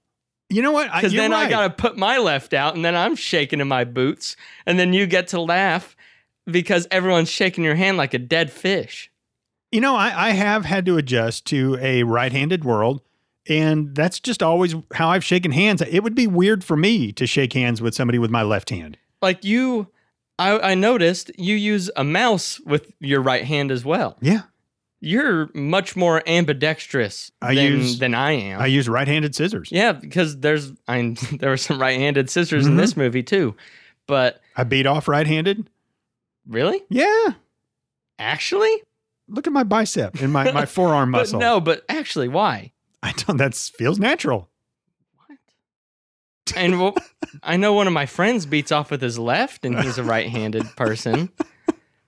Speaker 1: You know what? I-
Speaker 2: Because
Speaker 1: you're
Speaker 2: then I
Speaker 1: right.
Speaker 2: gotta put my left out, and then I'm shaking in my boots, and then you get to laugh because everyone's shaking your hand like a dead fish.
Speaker 1: You know, I, I have had to adjust to a right-handed world, and that's just always how I've shaken hands. It would be weird for me to shake hands with somebody with my left hand.
Speaker 2: Like you, I, I noticed you use a mouse with your right hand as well.
Speaker 1: Yeah,
Speaker 2: You're much more ambidextrous
Speaker 1: I
Speaker 2: than
Speaker 1: use-
Speaker 2: than I am.
Speaker 1: I use right-handed scissors.
Speaker 2: yeah, because there's I there were some right-handed sisters
Speaker 1: Mm-hmm.
Speaker 2: in this movie too, but
Speaker 1: I beat off right-handed.
Speaker 2: really,
Speaker 1: Yeah,
Speaker 2: actually,
Speaker 1: look at my bicep and my, my forearm muscle.
Speaker 2: but no, but actually, why?
Speaker 1: I don't. That feels natural.
Speaker 2: And well, I know one of my friends beats off with his left, and he's a right-handed person.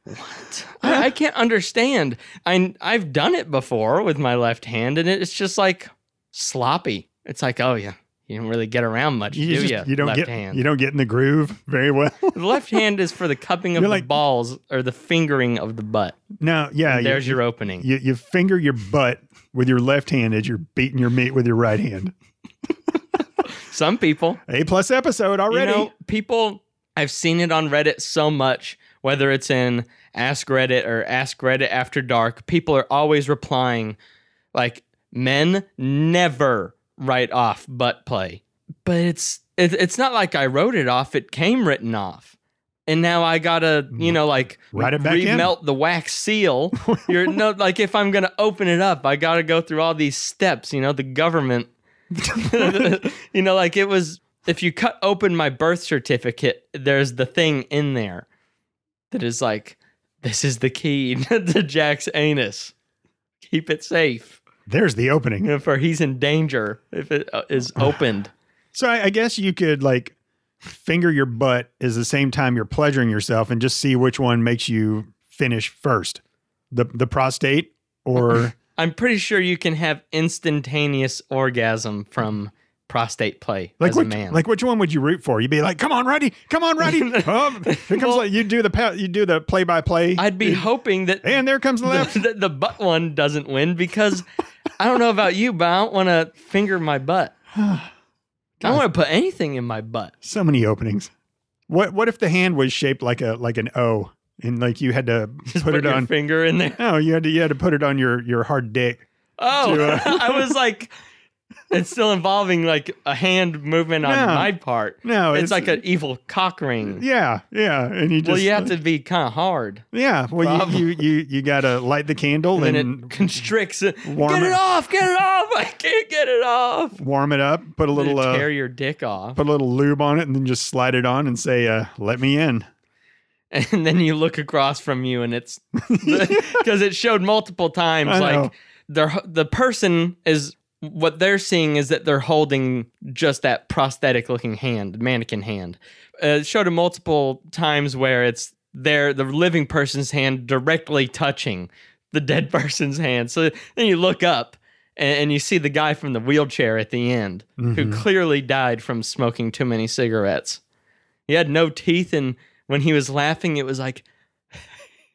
Speaker 2: What? I, I can't understand. I I've done it before with my left hand, and it's just like sloppy. It's like, oh yeah, you don't really get around much, do
Speaker 1: just-
Speaker 2: ya,
Speaker 1: you don't
Speaker 2: left
Speaker 1: get
Speaker 2: hand.
Speaker 1: you don't get in the groove very well.
Speaker 2: The left hand is for the cupping of
Speaker 1: You're
Speaker 2: the
Speaker 1: like-
Speaker 2: balls or the fingering of the butt.
Speaker 1: no, yeah, you-
Speaker 2: There's
Speaker 1: you,
Speaker 2: your opening.
Speaker 1: you you finger your butt with your left hand as you're beating your meat with your right hand.
Speaker 2: Some people,
Speaker 1: A plus episode already.
Speaker 2: you know, people. I've seen it on Reddit so much, whether it's in Ask Reddit or Ask Reddit After Dark. People are always replying, like, men never write off butt play, but it's it, it's not like I wrote it off. It came written off. And now I gotta, you know, like
Speaker 1: Mm. Write it back in.
Speaker 2: remelt the wax seal. You're no like if I'm gonna open it up, I gotta go through all these steps. You know, the government. you know, like it was if you cut open my birth certificate, there's the thing in there that is like, this is the key to Jack's anus. Keep it safe,
Speaker 1: There's the opening.
Speaker 2: for he's in danger if it uh, is opened.
Speaker 1: So I, I guess you could like finger your butt is the same time you're pleasuring yourself and just see which one makes you finish first. The the prostate or
Speaker 2: I'm pretty sure you can have instantaneous orgasm from prostate play
Speaker 1: like
Speaker 2: as a
Speaker 1: which,
Speaker 2: man.
Speaker 1: like which one would you root for? You'd be like, "Come on, Ruddy. Come on, Ruddy." Oh, here comes
Speaker 2: Well-
Speaker 1: like you do the pa- you do the play by play.
Speaker 2: I'd be hoping that
Speaker 1: And there comes the left.
Speaker 2: the, the, the butt one doesn't win because I don't know about you, but I don't want to finger my butt. I don't want to put anything in my butt.
Speaker 1: so many openings. What what if the hand was shaped like a like an O and like you had to
Speaker 2: Just
Speaker 1: put,
Speaker 2: put,
Speaker 1: it
Speaker 2: your
Speaker 1: on
Speaker 2: finger in there.
Speaker 1: No, you had to you had to put it on your your hard dick.
Speaker 2: Oh,
Speaker 1: To, uh,
Speaker 2: I was like, it's still involving like a hand movement on
Speaker 1: No.
Speaker 2: my part.
Speaker 1: No,
Speaker 2: it's,
Speaker 1: it's-
Speaker 2: like an evil cock ring.
Speaker 1: Yeah, yeah, and you just
Speaker 2: well, you have to be kind of hard.
Speaker 1: Yeah, well,
Speaker 2: Probably.
Speaker 1: you, you you you gotta light the candle
Speaker 2: And
Speaker 1: and,
Speaker 2: then it constricts.
Speaker 1: warm
Speaker 2: get
Speaker 1: it-
Speaker 2: it off! Get it off! I can't get it off.
Speaker 1: warm it up. Put a little
Speaker 2: It'll
Speaker 1: uh,
Speaker 2: tear your dick off,
Speaker 1: put a little lube on it, and then just slide it on and say, uh, "Let me in."
Speaker 2: and then you look across from you, and it's because it showed multiple
Speaker 1: I
Speaker 2: times.
Speaker 1: know.
Speaker 2: Like they're the person is what they're seeing is that they're holding just that prosthetic looking hand, mannequin hand. Uh, it showed it multiple times where it's their the living person's hand directly touching the dead person's hand. So then you look up and, and you see the guy from the wheelchair at the end who
Speaker 1: Mm-hmm.
Speaker 2: clearly died from smoking too many cigarettes. He had no teeth, and when he was laughing, it was like.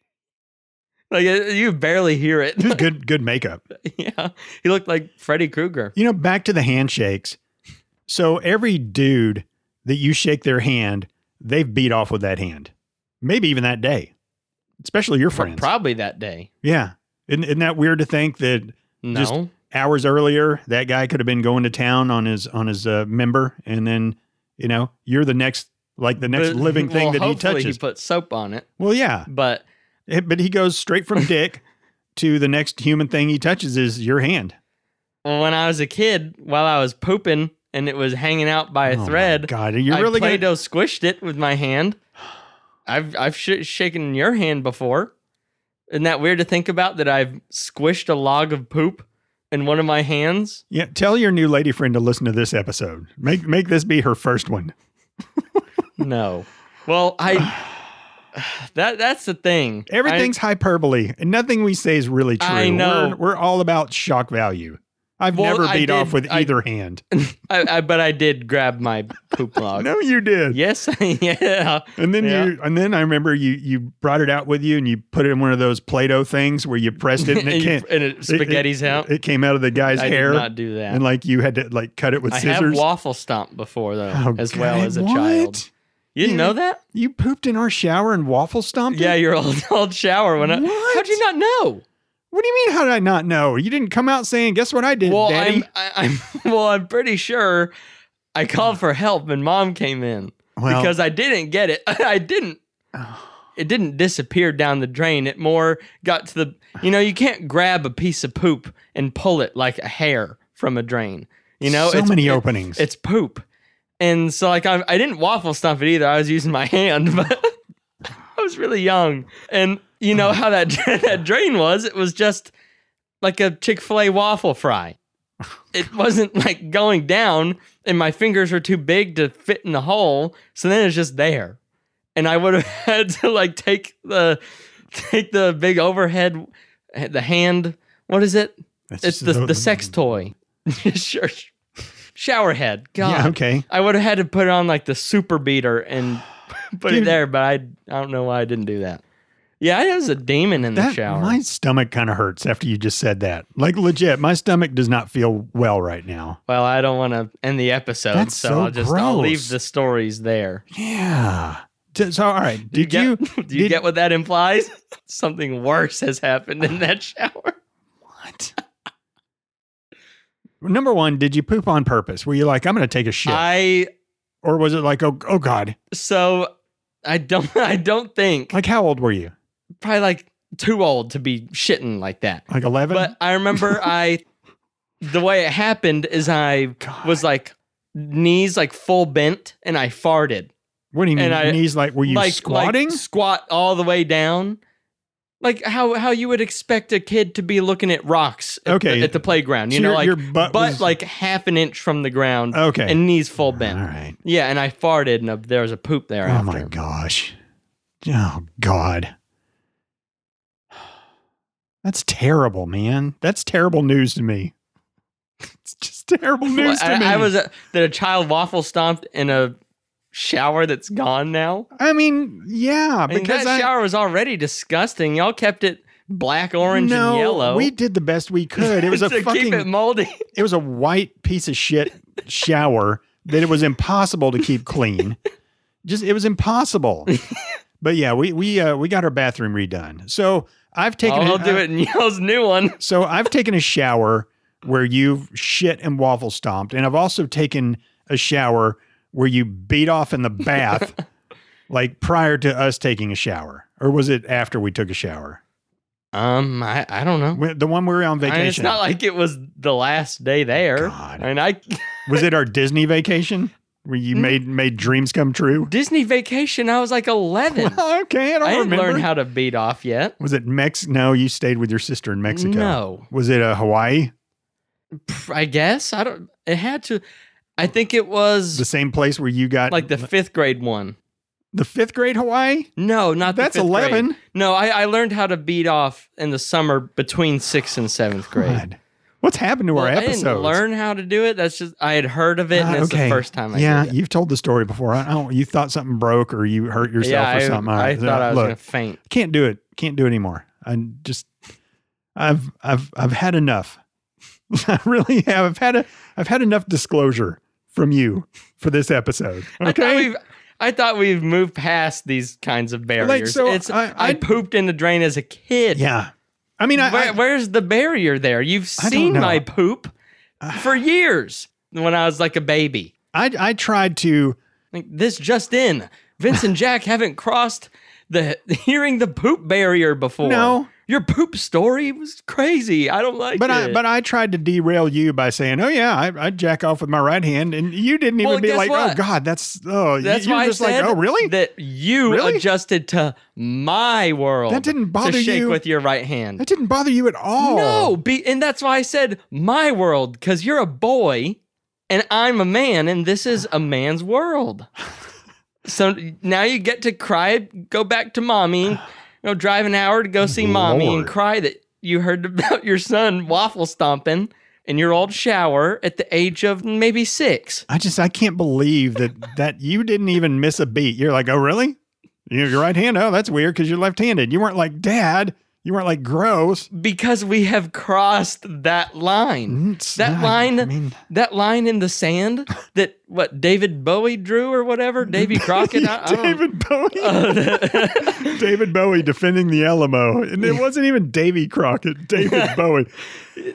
Speaker 2: Like uh, you barely hear it.
Speaker 1: Just good good makeup.
Speaker 2: Yeah, he looked like Freddy Krueger.
Speaker 1: You know, back to the handshakes. So every dude that you shake their hand, they've beat off with that hand. Maybe even that day, especially your
Speaker 2: Pro-
Speaker 1: friends.
Speaker 2: Probably that day.
Speaker 1: yeah, isn't, isn't that weird to think that
Speaker 2: No,
Speaker 1: Just- hours earlier that guy could have been going to town on his on his uh, member, and then you know you're the next like the next
Speaker 2: But-
Speaker 1: living thing
Speaker 2: well,
Speaker 1: that he
Speaker 2: hopefully
Speaker 1: touches.
Speaker 2: He put soap on it,
Speaker 1: Well, yeah,
Speaker 2: but
Speaker 1: Eh, but he goes straight from dick to the next human thing he touches is your hand.
Speaker 2: when I was a kid, while I was pooping and it was hanging out by a
Speaker 1: Oh my
Speaker 2: thread,
Speaker 1: God, you're
Speaker 2: I
Speaker 1: really
Speaker 2: Play-Doh
Speaker 1: gonna,
Speaker 2: squished it with my hand. I've I've sh- shaken your hand before. Isn't that weird to think about that I've squished a log of poop in one of my hands?
Speaker 1: yeah. Tell your new lady friend to listen to this episode. Make make this be her first one.
Speaker 2: No. well, I that that's the thing. I-
Speaker 1: Everything's hyperbole, and nothing we say is really true.
Speaker 2: I know.
Speaker 1: We're, we're all about shock value. I've
Speaker 2: Well,
Speaker 1: never
Speaker 2: I
Speaker 1: beat off
Speaker 2: did-
Speaker 1: with
Speaker 2: I-
Speaker 1: either hand.
Speaker 2: I, I but I did grab my poop log.
Speaker 1: No, you did.
Speaker 2: Yes, yeah.
Speaker 1: And then
Speaker 2: Yeah.
Speaker 1: you, and then I remember you, you brought it out with you, and you put it in one of those Play-Doh things where you pressed it, and it
Speaker 2: And you-
Speaker 1: came,
Speaker 2: and it spaghettis out?
Speaker 1: It came out of the guy's
Speaker 2: I
Speaker 1: hair,
Speaker 2: did not do that.
Speaker 1: and like you had to like cut it with
Speaker 2: I have
Speaker 1: scissors.
Speaker 2: waffle stomped before though,
Speaker 1: Oh,
Speaker 2: as well
Speaker 1: God,
Speaker 2: as a
Speaker 1: what?
Speaker 2: child. You didn't
Speaker 1: Yeah.
Speaker 2: know that?
Speaker 1: You pooped in our shower and waffle stomped.
Speaker 2: Yeah,
Speaker 1: it?
Speaker 2: your old old shower when I
Speaker 1: What?
Speaker 2: How'd you not know?
Speaker 1: What do you mean? How did I not know? You didn't come out saying, "Guess what I did,
Speaker 2: Well,
Speaker 1: Daddy."
Speaker 2: I'm I, I'm well, I'm pretty sure I called for help and mom came in
Speaker 1: Well-
Speaker 2: because I didn't get it. I didn't it didn't disappear down the drain. It more got to the you know, you can't grab a piece of poop and pull it like a hair from a drain. You know,
Speaker 1: so many
Speaker 2: it-
Speaker 1: openings.
Speaker 2: It's poop. And so like I, I didn't waffle stomp it either. I was using my hand, but I was really young. And you know how that that drain was? It was just like a Chick-fil-A waffle fry. It wasn't like going down and my fingers were too big to fit in the hole, so then it's just there. And I would have had to like take the take the big overhead the hand, what is it?
Speaker 1: That's
Speaker 2: It's
Speaker 1: just
Speaker 2: the,
Speaker 1: the-
Speaker 2: the sex toy. sure. Shower head. God.
Speaker 1: yeah, okay.
Speaker 2: I would have had to put it on like the super beater and put
Speaker 1: Dude.
Speaker 2: it there, but I, I don't know why I didn't do that. Yeah, I was a demon in the
Speaker 1: That
Speaker 2: shower.
Speaker 1: my stomach kind of hurts after you just said that. Like legit, my stomach does not feel well right now.
Speaker 2: Well, I don't want to end the episode,
Speaker 1: That's
Speaker 2: so,
Speaker 1: so
Speaker 2: I'll just I'll
Speaker 1: gross.
Speaker 2: leave the stories there.
Speaker 1: Yeah. D- So all right, did you?
Speaker 2: get, do you
Speaker 1: did-
Speaker 2: get what that implies? Something worse has happened in that shower.
Speaker 1: Number one, did you poop on purpose? Were you like, I'm going to take a shit,
Speaker 2: I
Speaker 1: or was it like, oh, oh God?
Speaker 2: so I don't I don't think
Speaker 1: Like, how old were you?
Speaker 2: probably like too old to be shitting like that.
Speaker 1: Like 11?
Speaker 2: But I remember I, the way it happened is I was like knees like full bent and I farted.
Speaker 1: What do you mean?
Speaker 2: And I-
Speaker 1: knees like were you
Speaker 2: like
Speaker 1: squatting?
Speaker 2: Like squat all the way down. Like how how you would expect a kid to be looking at rocks at,
Speaker 1: Okay.
Speaker 2: the, at the playground. You
Speaker 1: So
Speaker 2: know,
Speaker 1: your-
Speaker 2: like
Speaker 1: your butt was-
Speaker 2: like half an inch from the ground.
Speaker 1: Okay.
Speaker 2: And knees full bent.
Speaker 1: All right.
Speaker 2: Yeah, and I farted and uh, there was a poop there
Speaker 1: Oh
Speaker 2: after.
Speaker 1: my gosh. Oh God. That's terrible, man. That's terrible news to me. It's just terrible
Speaker 2: Well,
Speaker 1: news to me.
Speaker 2: I, I was uh that a child waffle stomped in a shower that's gone now.
Speaker 1: I mean, yeah,
Speaker 2: I mean,
Speaker 1: because
Speaker 2: that
Speaker 1: I,
Speaker 2: shower was already disgusting. Y'all kept it black, orange,
Speaker 1: no,
Speaker 2: and yellow.
Speaker 1: we did the best we could. It was a
Speaker 2: to keep it
Speaker 1: fucking.
Speaker 2: moldy.
Speaker 1: It was a white piece of shit shower that it was impossible to keep clean. Just it was impossible. But yeah, we we uh, we got our bathroom redone. So I've taken.
Speaker 2: I'll
Speaker 1: a-
Speaker 2: do it in y'all's new one.
Speaker 1: So I've taken a shower where you've shit and waffle stomped, and I've also taken a shower where you beat off in the bath, like prior to us taking a shower, or was it after we took a shower?
Speaker 2: Um, I, I don't know.
Speaker 1: When- The one we were on
Speaker 2: I
Speaker 1: vacation.
Speaker 2: mean, it's not like it was the last day there.
Speaker 1: God.
Speaker 2: I mean, I
Speaker 1: was it our Disney vacation where
Speaker 2: Hmm?
Speaker 1: you made made dreams come true?
Speaker 2: Disney vacation. I was like eleven.
Speaker 1: okay, I don't
Speaker 2: I didn't
Speaker 1: remember.
Speaker 2: learn how to beat off yet.
Speaker 1: was it Mex? No, you stayed with your sister in Mexico.
Speaker 2: No.
Speaker 1: Was it uh, Hawaii?
Speaker 2: Pff, I guess I don't. It had to. I think it was
Speaker 1: The same place where you got
Speaker 2: like the fifth grade one.
Speaker 1: the fifth grade Hawaii?
Speaker 2: No, not the
Speaker 1: That's
Speaker 2: fifth grade.
Speaker 1: 11.
Speaker 2: No, I, I learned how to beat off in the summer between sixth and seventh grade.
Speaker 1: God. What's happened to
Speaker 2: Well,
Speaker 1: our
Speaker 2: I
Speaker 1: episodes?
Speaker 2: didn't learn how to do it. That's just I had heard of it, and
Speaker 1: Ah,
Speaker 2: it's the first time I
Speaker 1: yeah,
Speaker 2: did it.
Speaker 1: you've told the story before. I don't. You thought something broke or you hurt yourself
Speaker 2: yeah,
Speaker 1: or
Speaker 2: I,
Speaker 1: something.
Speaker 2: I
Speaker 1: Alright,
Speaker 2: thought I was
Speaker 1: look,
Speaker 2: gonna faint.
Speaker 1: can't do it. Can't do it anymore. I just, I've, I've, I've had enough. I really have. I've had a, I've had enough disclosure from you for this episode.
Speaker 2: I thought
Speaker 1: Okay.
Speaker 2: we've I thought we've moved past these kinds of barriers.
Speaker 1: so
Speaker 2: it's,
Speaker 1: I-
Speaker 2: I,
Speaker 1: I-
Speaker 2: pooped in the drain as a kid.
Speaker 1: yeah. I mean, I,
Speaker 2: Where,
Speaker 1: I-
Speaker 2: where's the barrier there? You've
Speaker 1: I don't
Speaker 2: seen
Speaker 1: know. Ah.
Speaker 2: my poop for years when I was like a baby.
Speaker 1: I, I tried to.
Speaker 2: Like this just in. Vince and Jack haven't crossed the hearing the poop barrier before.
Speaker 1: No.
Speaker 2: Your poop story was crazy. I don't like
Speaker 1: But
Speaker 2: it.
Speaker 1: I but I tried to derail you by saying, "Oh yeah, I, I jack off with my right hand," and you didn't even
Speaker 2: Well,
Speaker 1: be
Speaker 2: guess
Speaker 1: like, "Oh
Speaker 2: what?
Speaker 1: God, that's oh."
Speaker 2: that's
Speaker 1: you,
Speaker 2: why
Speaker 1: you're
Speaker 2: I
Speaker 1: just
Speaker 2: said
Speaker 1: like, "Oh really?"
Speaker 2: that you
Speaker 1: Really?
Speaker 2: adjusted to my world.
Speaker 1: That didn't bother
Speaker 2: to shake
Speaker 1: you?
Speaker 2: with your right hand.
Speaker 1: that didn't bother you at all.
Speaker 2: No, be, and that's why I said my world because you're a boy and I'm a man, and this is a man's world. so now you get to cry, go back to mommy, you know, drive an hour to go see mommy and
Speaker 1: Lord.
Speaker 2: cry that you heard about your son waffle stomping in your old shower at the age of maybe six.
Speaker 1: I just I can't believe that that you didn't even miss a beat. You're like, oh really? You your right hand? Oh, that's weird because you're left-handed. You weren't like dad. You weren't like gross.
Speaker 2: Because we have crossed that line.
Speaker 1: Mm-hmm. It's
Speaker 2: That
Speaker 1: not-
Speaker 2: line,
Speaker 1: I mean,
Speaker 2: that line in the sand that what David Bowie drew or whatever, Davy Crockett. I, I don't- Oh,
Speaker 1: David Bowie. David Bowie defending the Alamo, and it wasn't even Davy Crockett. David Bowie.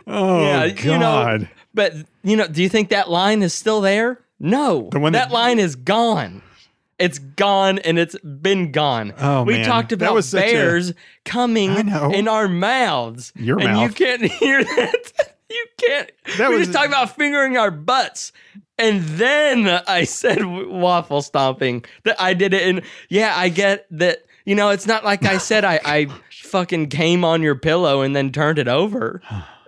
Speaker 1: Oh
Speaker 2: Yeah,
Speaker 1: God.
Speaker 2: you know, but you know, do you think that line is still there? No,
Speaker 1: The one
Speaker 2: that,
Speaker 1: that-
Speaker 2: line is gone. It's gone, and it's been gone.
Speaker 1: Oh,
Speaker 2: we
Speaker 1: man.
Speaker 2: talked
Speaker 1: That
Speaker 2: about
Speaker 1: was such a-
Speaker 2: bears coming
Speaker 1: I know.
Speaker 2: in our mouths.
Speaker 1: Your
Speaker 2: and
Speaker 1: mouth.
Speaker 2: You can't hear that. You can't.
Speaker 1: That
Speaker 2: we
Speaker 1: was-
Speaker 2: just talked about fingering our butts, and then I said w- waffle stomping. That I did it, and yeah, I get that. You know, it's not like I said I, I fucking came on your pillow and then turned it over.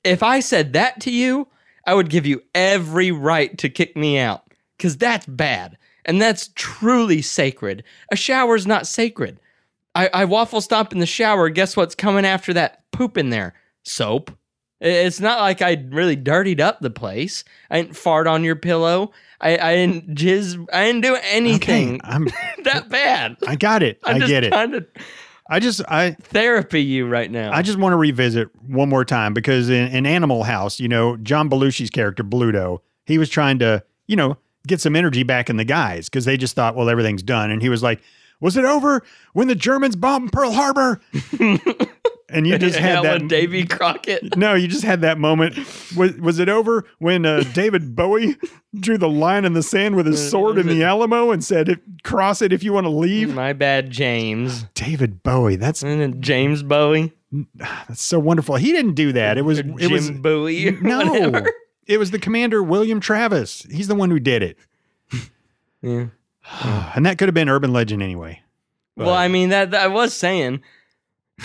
Speaker 2: If I said that to you, I would give you every right to kick me out because that's bad and that's truly sacred. A shower's not sacred. I, I waffle stomp in the shower. Guess what's coming after that poop in there? Soap. I- It's not like I really dirtied up the place. I didn't fart on your pillow. I, I didn't jizz. I didn't do
Speaker 1: okay,
Speaker 2: anything
Speaker 1: I'm.
Speaker 2: that bad.
Speaker 1: I got it.
Speaker 2: I'm
Speaker 1: I
Speaker 2: just
Speaker 1: get it.
Speaker 2: trying to
Speaker 1: I just I
Speaker 2: therapy you right now.
Speaker 1: I just want to revisit one more time because in, in Animal House, you know, John Belushi's character, Bluto, he was trying to, you know, get some energy back in the guys because they just thought, well, everything's done. And he was like, was it over when the Germans bombed Pearl Harbor? and you just had
Speaker 2: Helen
Speaker 1: that.
Speaker 2: Davy Crockett.
Speaker 1: No, you just had that moment. Was, was it over when uh, David Bowie drew the line in the sand with his sword in the Alamo and said, "If- cross it if you want to leave?
Speaker 2: My bad, James.
Speaker 1: David Bowie, that's
Speaker 2: And then James Bowie.
Speaker 1: that's so wonderful. He didn't do that. It was
Speaker 2: Jim
Speaker 1: it was
Speaker 2: Bowie. or
Speaker 1: No,
Speaker 2: whatever.
Speaker 1: It was the commander, William Travis. He's the one who did it.
Speaker 2: Yeah.
Speaker 1: And that could have been urban legend anyway.
Speaker 2: Well, I mean that, that I was saying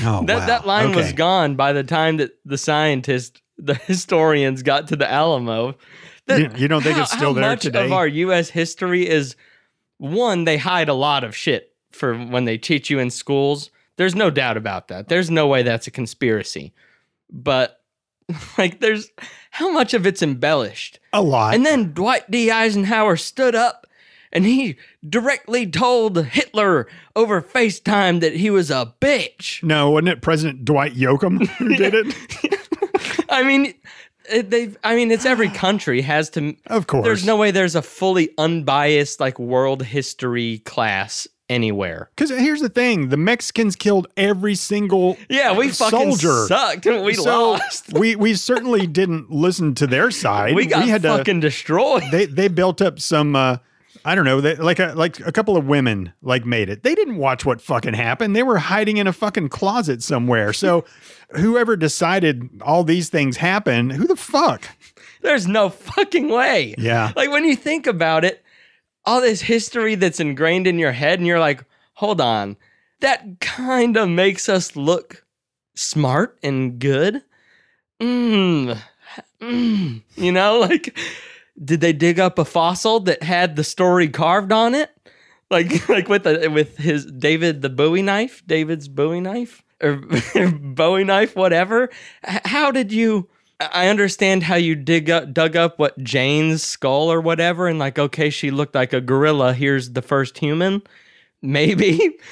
Speaker 1: Oh,
Speaker 2: that
Speaker 1: wow.
Speaker 2: that line was
Speaker 1: Okay.
Speaker 2: gone by the time that the scientist, the historians got to the Alamo. That-
Speaker 1: You- you don't think
Speaker 2: how-
Speaker 1: it's still
Speaker 2: how
Speaker 1: there
Speaker 2: much
Speaker 1: today?
Speaker 2: Of our U.S. history is one they hide a lot of shit for when they teach you in schools. There's no doubt about that. There's no way that's a conspiracy, but like there's how much of it's embellished.
Speaker 1: A lot.
Speaker 2: And then Dwight D. Eisenhower stood up and he directly told Hitler over FaceTime that he was a bitch.
Speaker 1: no, wasn't it President Dwight Yoakam who did it?
Speaker 2: I mean, it- they've, I mean, it's every country has to.
Speaker 1: Of course.
Speaker 2: There's no way there's a fully unbiased, like, world history class anywhere.
Speaker 1: Because here's the thing the Mexicans killed every single
Speaker 2: Yeah, we fucking
Speaker 1: soldier.
Speaker 2: sucked and we
Speaker 1: So,
Speaker 2: lost.
Speaker 1: we, we certainly didn't listen to their side.
Speaker 2: We got
Speaker 1: had to,
Speaker 2: fucking destroyed.
Speaker 1: they they built up some uh I don't know, they, like a like a couple of women like made it. They didn't watch what fucking happened. They were hiding in a fucking closet somewhere. So whoever decided all these things happen, who the fuck?
Speaker 2: There's no fucking way.
Speaker 1: Yeah.
Speaker 2: Like when you think about it, all this history that's ingrained in your head, and you're like, hold on, that kind of makes us look smart and good. Mmm. Mm. You know, like, did they dig up a fossil that had the story carved on it? Like, like with the, with his David the Bowie knife, David's Bowie knife or Bowie knife, whatever. H- How did you? I I understand how you dig up, dug up what Jane's skull or whatever, and like, okay, she looked like a gorilla. Here's the first human, maybe.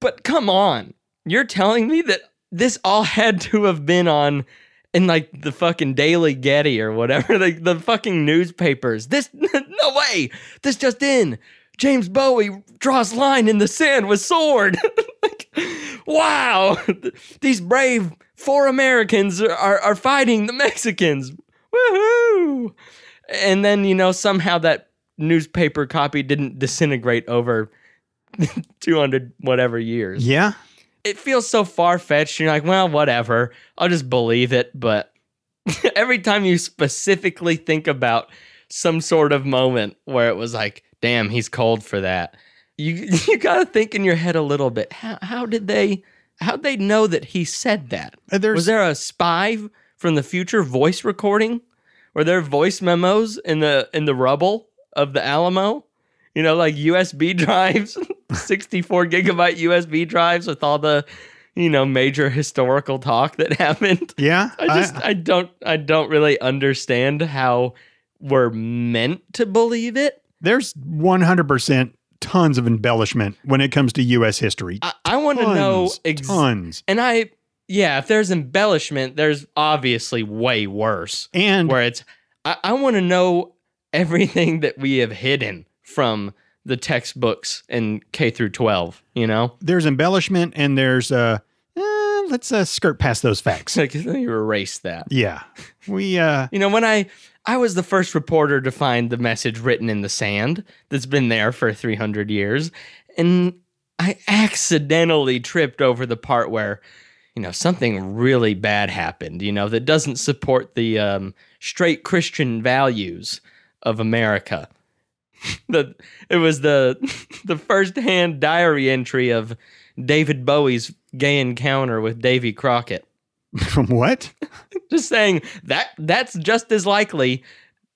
Speaker 2: But come on, you're telling me that this all had to have been on in like the fucking Daily Getty or whatever, like the fucking newspapers. This, no way. This just in. James Bowie draws line in the sand with sword. like, wow, these brave four Americans are, are, are fighting the Mexicans. Woohoo! And then, you know, somehow that newspaper copy didn't disintegrate over 200 whatever years
Speaker 1: Yeah.
Speaker 2: it feels so far fetched. You're like, well, whatever. I'll just believe it. But every time you specifically think about some sort of moment where it was like, damn, he's cold for that. You you gotta think in your head a little bit. How how did they how'd they know that he said that?
Speaker 1: Uh, there's-
Speaker 2: was there a spy from the future voice recording? Were there voice memos in the in the rubble of the Alamo? you know, like USB drives, 64 gigabyte USB drives with all the, you know, major historical talk that happened.
Speaker 1: Yeah. Uh,
Speaker 2: I just,
Speaker 1: I-
Speaker 2: I, don't, I don't really understand how we're meant to believe it.
Speaker 1: there's 100% tons of embellishment when it comes to US history.
Speaker 2: I, I want to know
Speaker 1: Tons,
Speaker 2: exactly.
Speaker 1: tons.
Speaker 2: And I, yeah, if there's embellishment, there's obviously way worse.
Speaker 1: And
Speaker 2: where it's I, I want to know everything that we have hidden from the textbooks in K through 12. You know,
Speaker 1: there's embellishment and there's uh eh, let's uh, skirt past those facts.
Speaker 2: like you erase that.
Speaker 1: yeah. We uh
Speaker 2: You know, when I I was the first reporter to find the message written in the sand that's been there for 300 years, and I accidentally tripped over the part where you know something really bad happened, you know, that doesn't support the um, straight Christian values of America. the it was the the first-hand diary entry of David Bowie's gay encounter with Davy Crockett
Speaker 1: from what?
Speaker 2: just saying that that's just as likely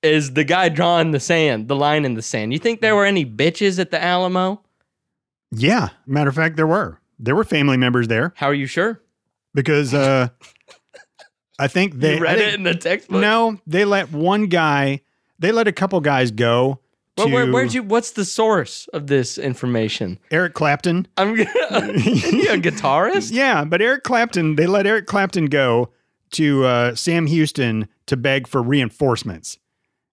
Speaker 2: as the guy drawing the sand, the line in the sand. You think there
Speaker 1: Mm.
Speaker 2: were any bitches at the Alamo?
Speaker 1: Yeah. Matter of fact, there were. There were family members there
Speaker 2: How are you sure?
Speaker 1: because uh I think they
Speaker 2: you read
Speaker 1: I think-
Speaker 2: it in the textbook.
Speaker 1: No, they let one guy they let a couple guys go. To
Speaker 2: Well, where, where'd you? What's the source of this information?
Speaker 1: Eric Clapton?
Speaker 2: I'm gonna- Isn't he a guitarist.
Speaker 1: Yeah, but Eric Clapton, they let Eric Clapton go to uh, Sam Houston to beg for reinforcements.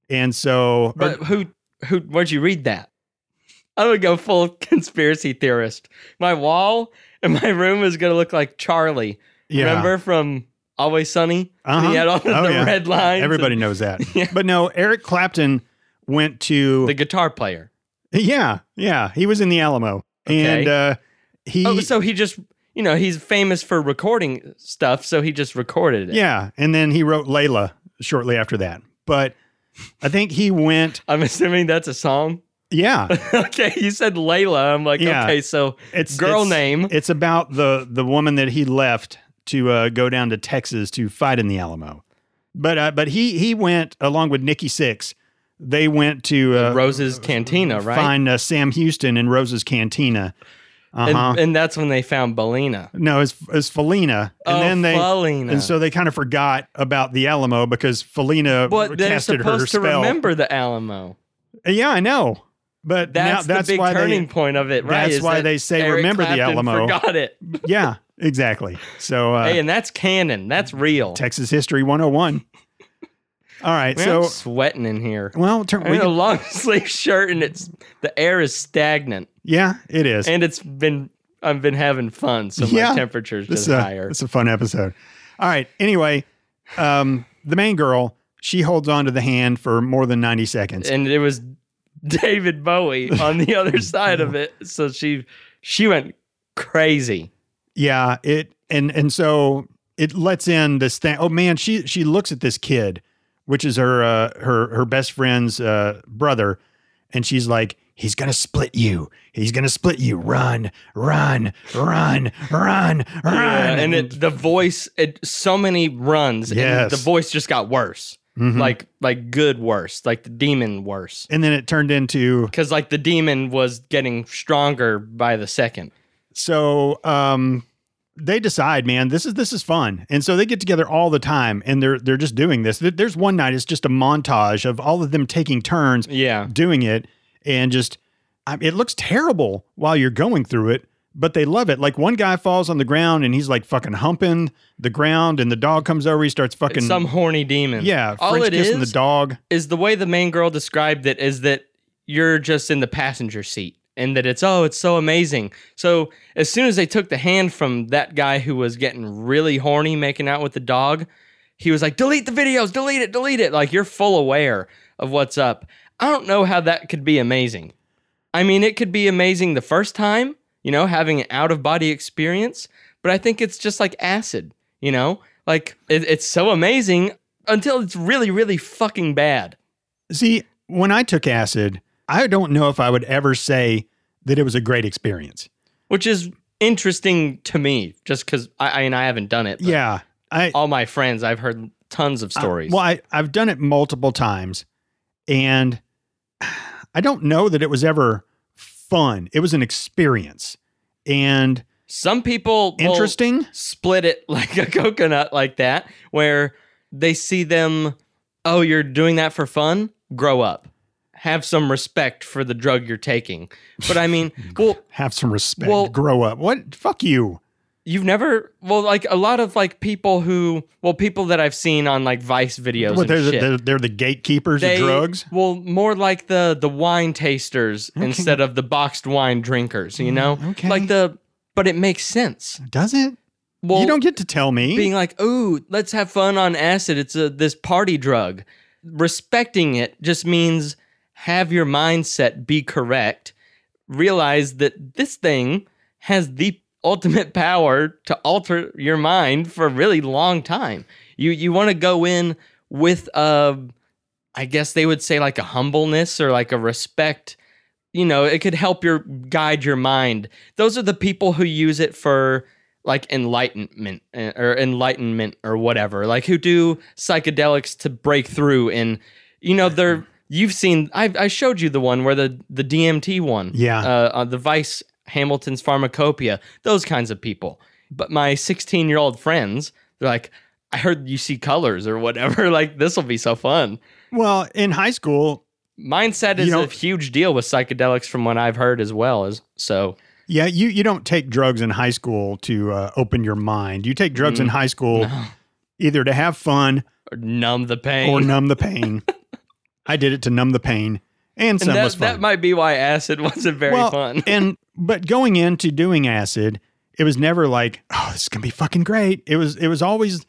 Speaker 1: And so er, or-
Speaker 2: But who? Who? Where'd you read that? I'm gonna go full conspiracy theorist. My wall and my room is gonna look like Charlie.
Speaker 1: Yeah.
Speaker 2: Remember from Always Sunny?
Speaker 1: Uh-huh.
Speaker 2: He had all the,
Speaker 1: Oh,
Speaker 2: the
Speaker 1: yeah.
Speaker 2: red lines.
Speaker 1: everybody
Speaker 2: and
Speaker 1: knows that. But no, Eric Clapton went to
Speaker 2: the guitar player.
Speaker 1: Yeah, yeah, he was in the Alamo.
Speaker 2: Okay.
Speaker 1: And uh he
Speaker 2: oh, so he just, you know, he's famous for recording stuff, so he just recorded it.
Speaker 1: Yeah, and then he wrote Layla shortly after that. but I think he went.
Speaker 2: I'm assuming that's a song.
Speaker 1: Yeah,
Speaker 2: okay, you said Layla. I'm like,
Speaker 1: Yeah.
Speaker 2: okay, so
Speaker 1: it's
Speaker 2: girl
Speaker 1: it's-
Speaker 2: name.
Speaker 1: It's about the the woman that he left to uh, go down to Texas to fight in the Alamo. But uh, but he he went along with Nikki Six. They went to uh,
Speaker 2: Rose's Cantina, right?
Speaker 1: find uh, Sam Houston in Rose's Cantina.
Speaker 2: And,
Speaker 1: Uh-huh.
Speaker 2: and that's when they found Belina.
Speaker 1: no, it's it's Felina, and
Speaker 2: Oh,
Speaker 1: then they
Speaker 2: Felina.
Speaker 1: and so they kind of forgot about the Alamo because Felina
Speaker 2: But they're
Speaker 1: casted her
Speaker 2: supposed to
Speaker 1: spell.
Speaker 2: remember the Alamo.
Speaker 1: Yeah, I know, but
Speaker 2: That's
Speaker 1: now, that's
Speaker 2: the big
Speaker 1: why
Speaker 2: turning
Speaker 1: they,
Speaker 2: point of it, right?
Speaker 1: that's
Speaker 2: is
Speaker 1: why
Speaker 2: that
Speaker 1: they say
Speaker 2: Eric
Speaker 1: remember the
Speaker 2: Clapton
Speaker 1: Alamo.
Speaker 2: Forgot it.
Speaker 1: Yeah, exactly. So uh,
Speaker 2: hey, and that's canon. That's real.
Speaker 1: Texas History 101. All right,
Speaker 2: Man, I'm
Speaker 1: so
Speaker 2: sweating in here.
Speaker 1: well, turn,
Speaker 2: I'm
Speaker 1: we
Speaker 2: in a
Speaker 1: can-
Speaker 2: long sleeve shirt, and it's the air is stagnant,
Speaker 1: yeah, it is.
Speaker 2: and it's been I've been having fun, so my
Speaker 1: Yeah.
Speaker 2: temperature's
Speaker 1: This
Speaker 2: just
Speaker 1: is a,
Speaker 2: higher.
Speaker 1: It's a fun episode. All right. Anyway, um, the main girl she holds on to the hand for more than ninety seconds.
Speaker 2: and it was David Bowie on the other side of it. So she she went crazy.
Speaker 1: yeah, it and and so it lets in this thing. Oh man, she she looks at this kid, which is her uh, her her best friend's uh, brother, and she's like. He's gonna split you. He's gonna split you. Run, run, run, run, run.
Speaker 2: Yeah, and it, the voice, it, so many runs,
Speaker 1: Yes.
Speaker 2: and the voice just got worse.
Speaker 1: Mhm.
Speaker 2: Like like good worse, like the demon worse.
Speaker 1: and then it turned into
Speaker 2: Because like the demon was getting stronger by the second.
Speaker 1: so um they decide man this is this is fun and so they get together all the time and they're they're just doing this There- there's one night it's just a montage of all of them taking turns
Speaker 2: Yeah.
Speaker 1: doing it and just I, it looks terrible while you're going through it but they love it like one guy falls on the ground and he's like fucking humping the ground and the dog comes over he starts fucking
Speaker 2: It's some horny demon.
Speaker 1: yeah
Speaker 2: All
Speaker 1: French
Speaker 2: it
Speaker 1: kissing
Speaker 2: is-
Speaker 1: the dog
Speaker 2: is the way the main girl described it is that you're just in the passenger seat and that it's oh it's so amazing so as soon as they took the hand from that guy who was getting really horny making out with the dog he was like delete the videos delete it delete it like you're full aware of what's up i don't know how that could be amazing i mean it could be amazing the first time you know having an out of body experience but i think it's just like acid you know like it, it's so amazing until it's really really fucking bad
Speaker 1: See, when I took acid, I don't know if I would ever say that it was a great experience.
Speaker 2: which is interesting to me just because I, I mean i haven't done it but
Speaker 1: Yeah. Uh, I
Speaker 2: all my friends i've heard tons of stories
Speaker 1: well, I, I've done it multiple times and I don't know that it was ever fun. It was an experience and
Speaker 2: some people will
Speaker 1: interesting.
Speaker 2: split it like a coconut like that where they see them oh you're doing that for fun grow up have some respect for the drug you're taking but i mean well
Speaker 1: Have some respect.
Speaker 2: Well-
Speaker 1: grow up. What? Fuck you.
Speaker 2: you've never well like a lot of like people who well people that i've seen on like vice videos
Speaker 1: What,
Speaker 2: and
Speaker 1: they're, the,
Speaker 2: shit.
Speaker 1: they're, they're the gatekeepers
Speaker 2: they-
Speaker 1: of drugs.
Speaker 2: Well, more like the the wine tasters instead of the boxed wine drinkers. You know,
Speaker 1: Mm, okay.
Speaker 2: like the. But it makes sense.
Speaker 1: Does it?
Speaker 2: Well,
Speaker 1: you don't get to tell me.
Speaker 2: being like, "Ooh, let's have fun on acid. It's a this party drug." Respecting it just means have your mindset be correct. Realize that this thing has the ultimate power to alter your mind for a really long time. You you want to go in with a I guess they would say like a humbleness or like a respect. You know, it could help your guide your mind. Those are the people who use it for like enlightenment eh, or enlightenment or whatever. Like who do psychedelics to break through and you know they're you've seen I I showed you the one where the the DMT one.
Speaker 1: Yeah.
Speaker 2: Uh, uh the Vice Hamilton's Pharmacopoeia. Those kinds of people. But my 16-year-old friends, they're like I heard you see colors or whatever. Like this will be so fun
Speaker 1: well, in high school,
Speaker 2: mindset is
Speaker 1: You know-
Speaker 2: a huge deal with psychedelics from what i've heard as well as so
Speaker 1: Yeah, you you don't take drugs in high school to uh, open your mind. You take drugs in high school either to have fun
Speaker 2: numb the pain
Speaker 1: or numb the pain. I did it to numb the pain, and
Speaker 2: and
Speaker 1: some
Speaker 2: that,
Speaker 1: was fun.
Speaker 2: that might be why acid wasn't very
Speaker 1: well,
Speaker 2: fun
Speaker 1: and but going into doing acid, it was never like, oh, this is gonna be fucking great. It was it was always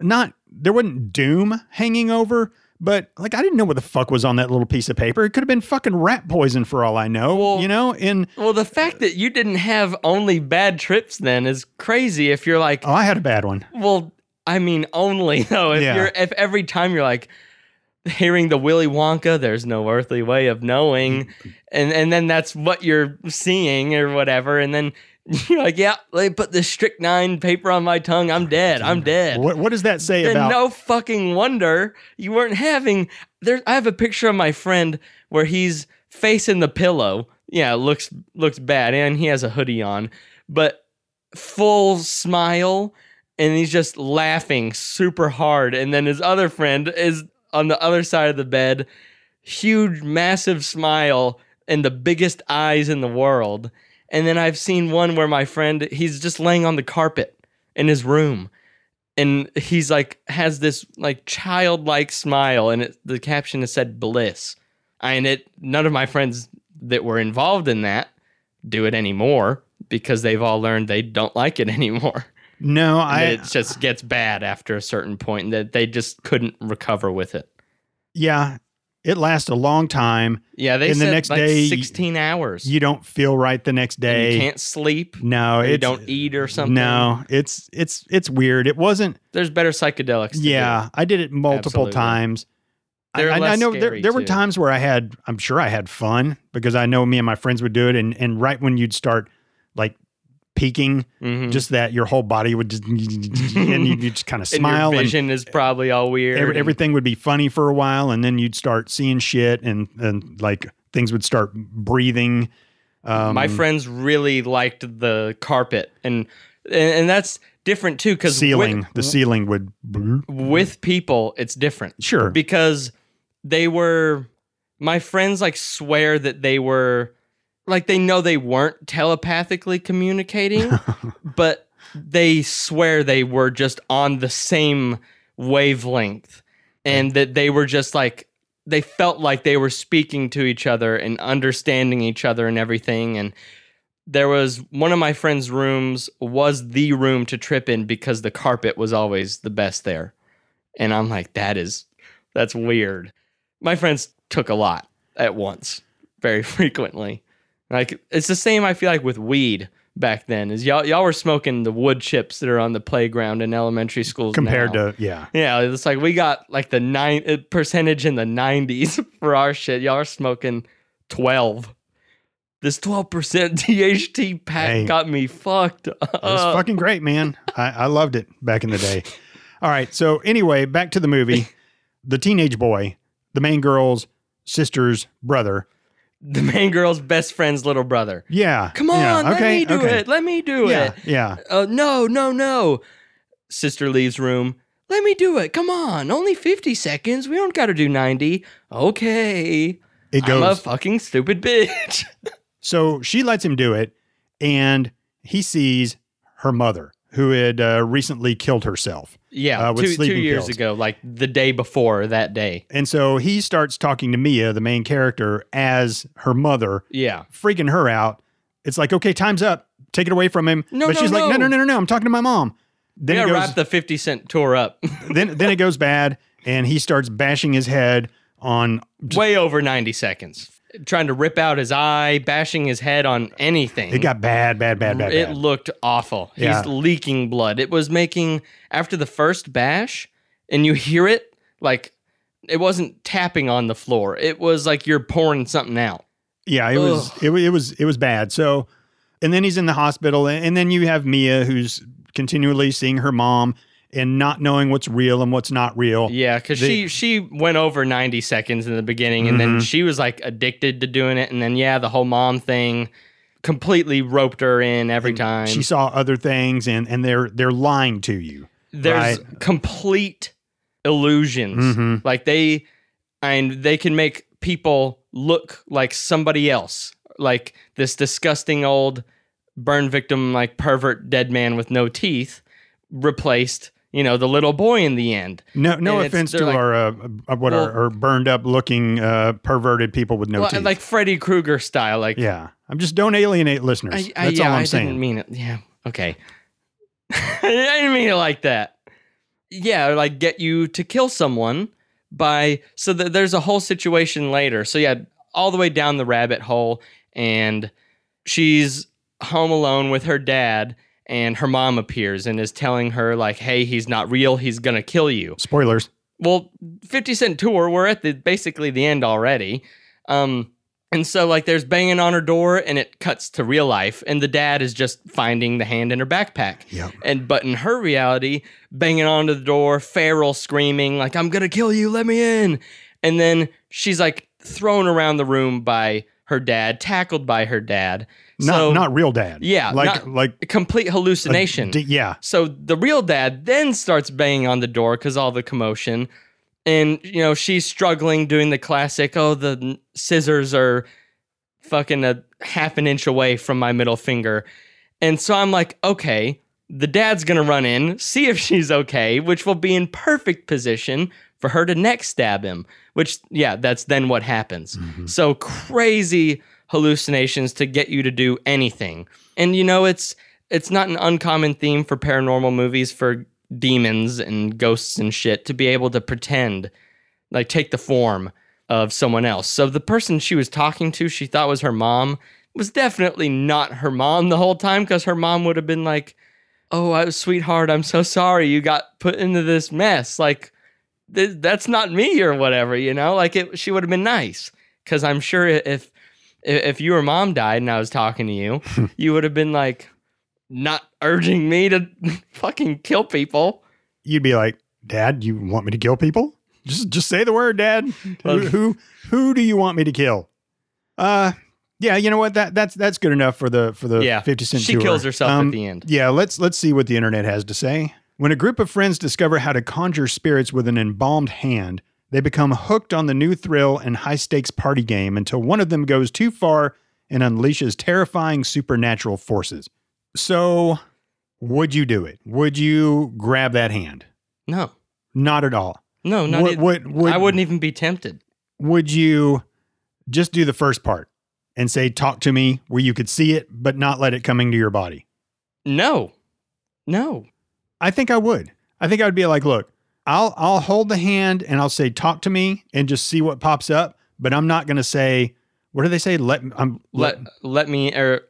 Speaker 1: not there wasn't doom hanging over, but like I didn't know what the fuck was on that little piece of paper. It could have been fucking rat poison for all I know,
Speaker 2: Well-
Speaker 1: you know. And
Speaker 2: well the fact that you didn't have only bad trips then is crazy if you're like
Speaker 1: oh, I had a bad one.
Speaker 2: well i mean only though if
Speaker 1: Yeah.
Speaker 2: you're if every time you're like hearing the Willy Wonka, there's no earthly way of knowing, and and then that's what you're seeing or whatever, and then you're like, yeah, they put this strychnine paper on my tongue, I'm dead, I'm dead.
Speaker 1: What, what does that say
Speaker 2: Then
Speaker 1: about?
Speaker 2: no fucking wonder you weren't having there I have a picture of my friend where he's facing the pillow. Yeah, looks looks bad and he has a hoodie on, but full smile and he's just laughing super hard and then his other friend is on the other side of the bed, huge massive smile and the biggest eyes in the world. And then I've seen one where my friend he's just laying on the carpet in his room and he's like has this like childlike smile and it, the caption has said bliss and it none of my friends that were involved in that do it anymore because they've all learned they don't like it anymore
Speaker 1: no, I.
Speaker 2: it just gets bad after a certain point and that they just couldn't recover with it
Speaker 1: yeah, it lasts a long time.
Speaker 2: yeah they
Speaker 1: And the
Speaker 2: said
Speaker 1: next
Speaker 2: like
Speaker 1: day,
Speaker 2: 16 hours
Speaker 1: You don't feel right the next
Speaker 2: and
Speaker 1: day.
Speaker 2: you can't sleep
Speaker 1: no,
Speaker 2: or
Speaker 1: it
Speaker 2: you don't eat or something
Speaker 1: No, it's it's it's weird. It wasn't.
Speaker 2: there's better psychedelics to do.
Speaker 1: Yeah, I did it multiple
Speaker 2: Absolutely.
Speaker 1: times. I,
Speaker 2: They're
Speaker 1: I- I
Speaker 2: less
Speaker 1: know there,
Speaker 2: scary,
Speaker 1: there were
Speaker 2: too.
Speaker 1: times where I had, I'm sure I had fun because I know me and my friends would do it, and and right when you'd start like peaking,
Speaker 2: Mhm.
Speaker 1: just that your whole body would just and you just kind of
Speaker 2: and
Speaker 1: smile
Speaker 2: your
Speaker 1: and
Speaker 2: vision is probably all weird
Speaker 1: every-
Speaker 2: and-
Speaker 1: everything would be funny for a while and then you'd start seeing shit and and like things would start breathing um
Speaker 2: my friends really liked the carpet and and, and that's different too because
Speaker 1: ceiling
Speaker 2: with,
Speaker 1: the ceiling would
Speaker 2: with people it's different
Speaker 1: sure
Speaker 2: because they were my friends like swear that they were like they know they weren't telepathically communicating but they swear they were just on the same wavelength and that they were just like they felt like they were speaking to each other and understanding each other and everything and there was one of my friends rooms was the room to trip in because the carpet was always the best there and i'm like that is that's weird my friends took a lot at once very frequently like it's the same i feel like with weed back then is y'all y'all were smoking the wood chips that are on the playground in elementary schools
Speaker 1: compared
Speaker 2: now.
Speaker 1: to yeah
Speaker 2: Yeah, it's like we got like the nine uh, percentage in the nineties for our shit. Y'all are smoking twelve. This twelve percent DHT pack
Speaker 1: Hey.
Speaker 2: got me fucked
Speaker 1: It was
Speaker 2: up.
Speaker 1: fucking great, man. I, I loved it back in the day. All right. So anyway, back to the movie. The teenage boy, the main girl's sister's brother.
Speaker 2: the main girl's best friend's little brother.
Speaker 1: Yeah.
Speaker 2: Come on,
Speaker 1: yeah,
Speaker 2: let me do it. Let me do
Speaker 1: yeah,
Speaker 2: it.
Speaker 1: Yeah.
Speaker 2: Uh, no, no, no. Sister leaves room. Let me do it. Come on, only fifty seconds. We don't got to do ninety. Okay.
Speaker 1: It
Speaker 2: I'm a
Speaker 1: goes.
Speaker 2: fucking stupid bitch.
Speaker 1: so she lets him do it, and he sees her mother, who had uh, recently killed herself.
Speaker 2: yeah,
Speaker 1: Uh, with
Speaker 2: two, two
Speaker 1: sleeping
Speaker 2: years
Speaker 1: pills.
Speaker 2: ago, like the day before that day.
Speaker 1: And so he starts talking to Mia, the main character, as her mother,
Speaker 2: Yeah.
Speaker 1: freaking her out. It's like, okay, time's up. Take it away from him.
Speaker 2: No,
Speaker 1: but
Speaker 2: no,
Speaker 1: she's like, no, no,
Speaker 2: no.
Speaker 1: no, no, no. I'm talking to my mom. Then
Speaker 2: yeah,
Speaker 1: it goes,
Speaker 2: wrap the 50 Cent tour up.
Speaker 1: then then it goes bad, and he starts bashing his head on.
Speaker 2: Way over 90 seconds. Trying to rip out his eye, bashing his head on anything.
Speaker 1: It got bad, bad, bad, bad.
Speaker 2: It
Speaker 1: bad.
Speaker 2: looked awful.
Speaker 1: Yeah.
Speaker 2: He's leaking blood. It was making after the first bash, and you hear it like it wasn't tapping on the floor. It was like you're pouring something out.
Speaker 1: yeah, it was it, wa- it was it was bad. So, and then he's in the hospital, and, and then you have Mia who's continually seeing her mom and not knowing what's real and what's not real.
Speaker 2: Yeah, because
Speaker 1: They-
Speaker 2: she she went over 90 seconds in the beginning, and
Speaker 1: Mm-hmm.
Speaker 2: then she was like addicted to doing it, and then yeah, the whole mom thing completely roped her in every
Speaker 1: Mm,
Speaker 2: time.
Speaker 1: She saw other things, and and they're they're lying to you.
Speaker 2: there's complete illusions
Speaker 1: Mhm.
Speaker 2: like they and they can make people look like somebody else like this disgusting old burn victim like pervert dead man with no teeth replaced you know the little boy in the end
Speaker 1: No, no
Speaker 2: And it's-
Speaker 1: offense
Speaker 2: they're
Speaker 1: to
Speaker 2: like-
Speaker 1: our uh, uh, what
Speaker 2: Well-
Speaker 1: are, are burned up looking uh, perverted people with no
Speaker 2: Li-
Speaker 1: teeth.
Speaker 2: like freddy krueger style like
Speaker 1: yeah, I'm just don't alienate listeners.
Speaker 2: I, I,
Speaker 1: That's
Speaker 2: yeah,
Speaker 1: all I'm
Speaker 2: I
Speaker 1: saying.
Speaker 2: didn't mean it. Yeah. Okay. I didn't mean it like that. Yeah, or like get you to kill someone by so that there's a whole situation later. So yeah, all the way down the rabbit hole, and she's home alone with her dad, and her mom appears and is telling her like, "Hey, he's not real. He's gonna kill you."
Speaker 1: Spoilers.
Speaker 2: Well, 50 Cent tour, we're at the basically the end already. Um, and so like there's banging on her door and it cuts to real life and the dad is just finding the hand in her backpack.
Speaker 1: Yep.
Speaker 2: And but in her reality, banging onto the door, Farrell screaming like I'm going to kill you, let me in. And then she's like thrown around the room by her dad, tackled by her dad.
Speaker 1: Not
Speaker 2: so
Speaker 1: not real dad.
Speaker 2: Yeah,
Speaker 1: Like
Speaker 2: not-
Speaker 1: like
Speaker 2: a complete hallucination.
Speaker 1: D- yeah.
Speaker 2: So the real dad then starts banging on the door because all the commotion. And, you know, she's struggling doing the classic, oh, the n- scissors are fucking a half an inch away from my middle finger. And so I'm like, okay, the dad's going to run in, see if she's okay, which will be in perfect position for her to neck stab him, which, yeah, that's then what happens. So crazy hallucinations to get you to do anything. And, you know, it's it's not an uncommon theme for paranormal movies for demons and ghosts and shit to be able to pretend like take the form of someone else. So the person she was talking to, she thought was her mom, was definitely not her mom the whole time because her mom would have been like, "Oh, I, sweetheart, I'm so sorry you got put into this mess. Like, th- that's not me or whatever, you know. Like, it, she would have been nice because I'm sure if if your mom died and I was talking to you, you would have been like." Not urging me to fucking kill people.
Speaker 1: You'd be like, Dad, you want me to kill people? Just just say the word, Dad. Who who, who do you want me to kill? Uh yeah, you know what? That that's that's good enough for the for the
Speaker 2: Yeah.
Speaker 1: fifty cent.
Speaker 2: She
Speaker 1: tour.
Speaker 2: kills herself at
Speaker 1: Um,
Speaker 2: the end.
Speaker 1: Yeah, let's let's see what the internet has to say. When a group of friends discover how to conjure spirits with an embalmed hand, they become hooked on the new thrill and high stakes party game until one of them goes too far and unleashes terrifying supernatural forces. So, would you do it? Would you grab that hand?
Speaker 2: No,
Speaker 1: Not at all.
Speaker 2: no, not
Speaker 1: Would-
Speaker 2: e-
Speaker 1: would- would-
Speaker 2: I wouldn't even be tempted.
Speaker 1: Would you just do the first part and say talk to me where you could see it but not let it come into your body?
Speaker 2: No, no.
Speaker 1: I think I would. I think I would be like, look, I'll I'll hold the hand and I'll say, talk to me and just see what pops up. But I'm not gonna say, what do they say? Let I'm
Speaker 2: Let let me or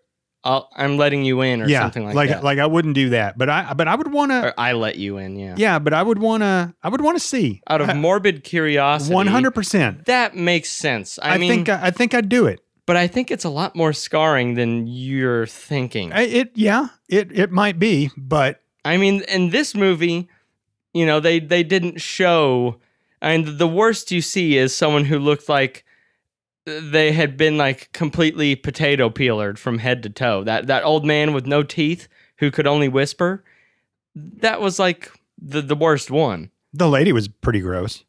Speaker 2: I'll, I'm letting you in or
Speaker 1: yeah,
Speaker 2: something like,
Speaker 1: like
Speaker 2: that.
Speaker 1: like I wouldn't do that. But I but I would wanna
Speaker 2: or I let you in. Yeah.
Speaker 1: yeah, but I would wanna I would wanna see
Speaker 2: Out of morbid curiosity.
Speaker 1: one hundred percent.
Speaker 2: That makes sense. I,
Speaker 1: I
Speaker 2: mean,
Speaker 1: think uh, I, I think I'd do it.
Speaker 2: but I think it's a lot more scarring than you're thinking.
Speaker 1: I, it yeah, it it might be, but
Speaker 2: I mean, in this movie, you know, they they didn't show. I mean, the worst you see is someone who looked like they had been like completely potato peelered from head to toe. That that old man with no teeth who could only whisper. That was like the the worst one.
Speaker 1: the lady was pretty gross.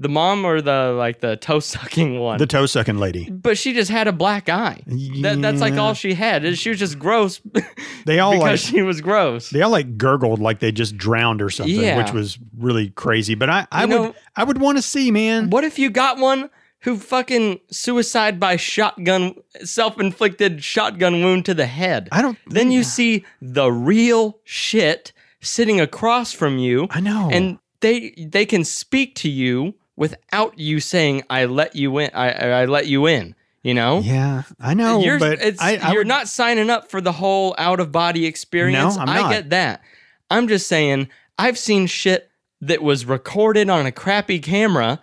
Speaker 2: The mom or the like the toe sucking one.
Speaker 1: The toe sucking lady.
Speaker 2: but she just had a black eye. That, that's like
Speaker 1: Yeah. Oh,
Speaker 2: all she had. is She was just gross
Speaker 1: They all
Speaker 2: because
Speaker 1: like
Speaker 2: she was gross.
Speaker 1: They all like gurgled like they just drowned or something,
Speaker 2: Yeah.
Speaker 1: which was really crazy. But I, I
Speaker 2: You
Speaker 1: would
Speaker 2: know-
Speaker 1: I would want to see, man.
Speaker 2: What if you got one who fucking suicide by shotgun, self inflicted shotgun wound to the head?
Speaker 1: I don't
Speaker 2: Then you see the real shit sitting across from you,
Speaker 1: I know.
Speaker 2: and they they can speak to you without you saying "I let you in." I I I let you in. You know.
Speaker 1: yeah, I know.
Speaker 2: You're,
Speaker 1: but
Speaker 2: it's,
Speaker 1: I, I
Speaker 2: you're
Speaker 1: would-
Speaker 2: not signing up for the whole out of body experience.
Speaker 1: I'm
Speaker 2: I
Speaker 1: not.
Speaker 2: get that. I'm just saying I've seen shit that was recorded on a crappy camera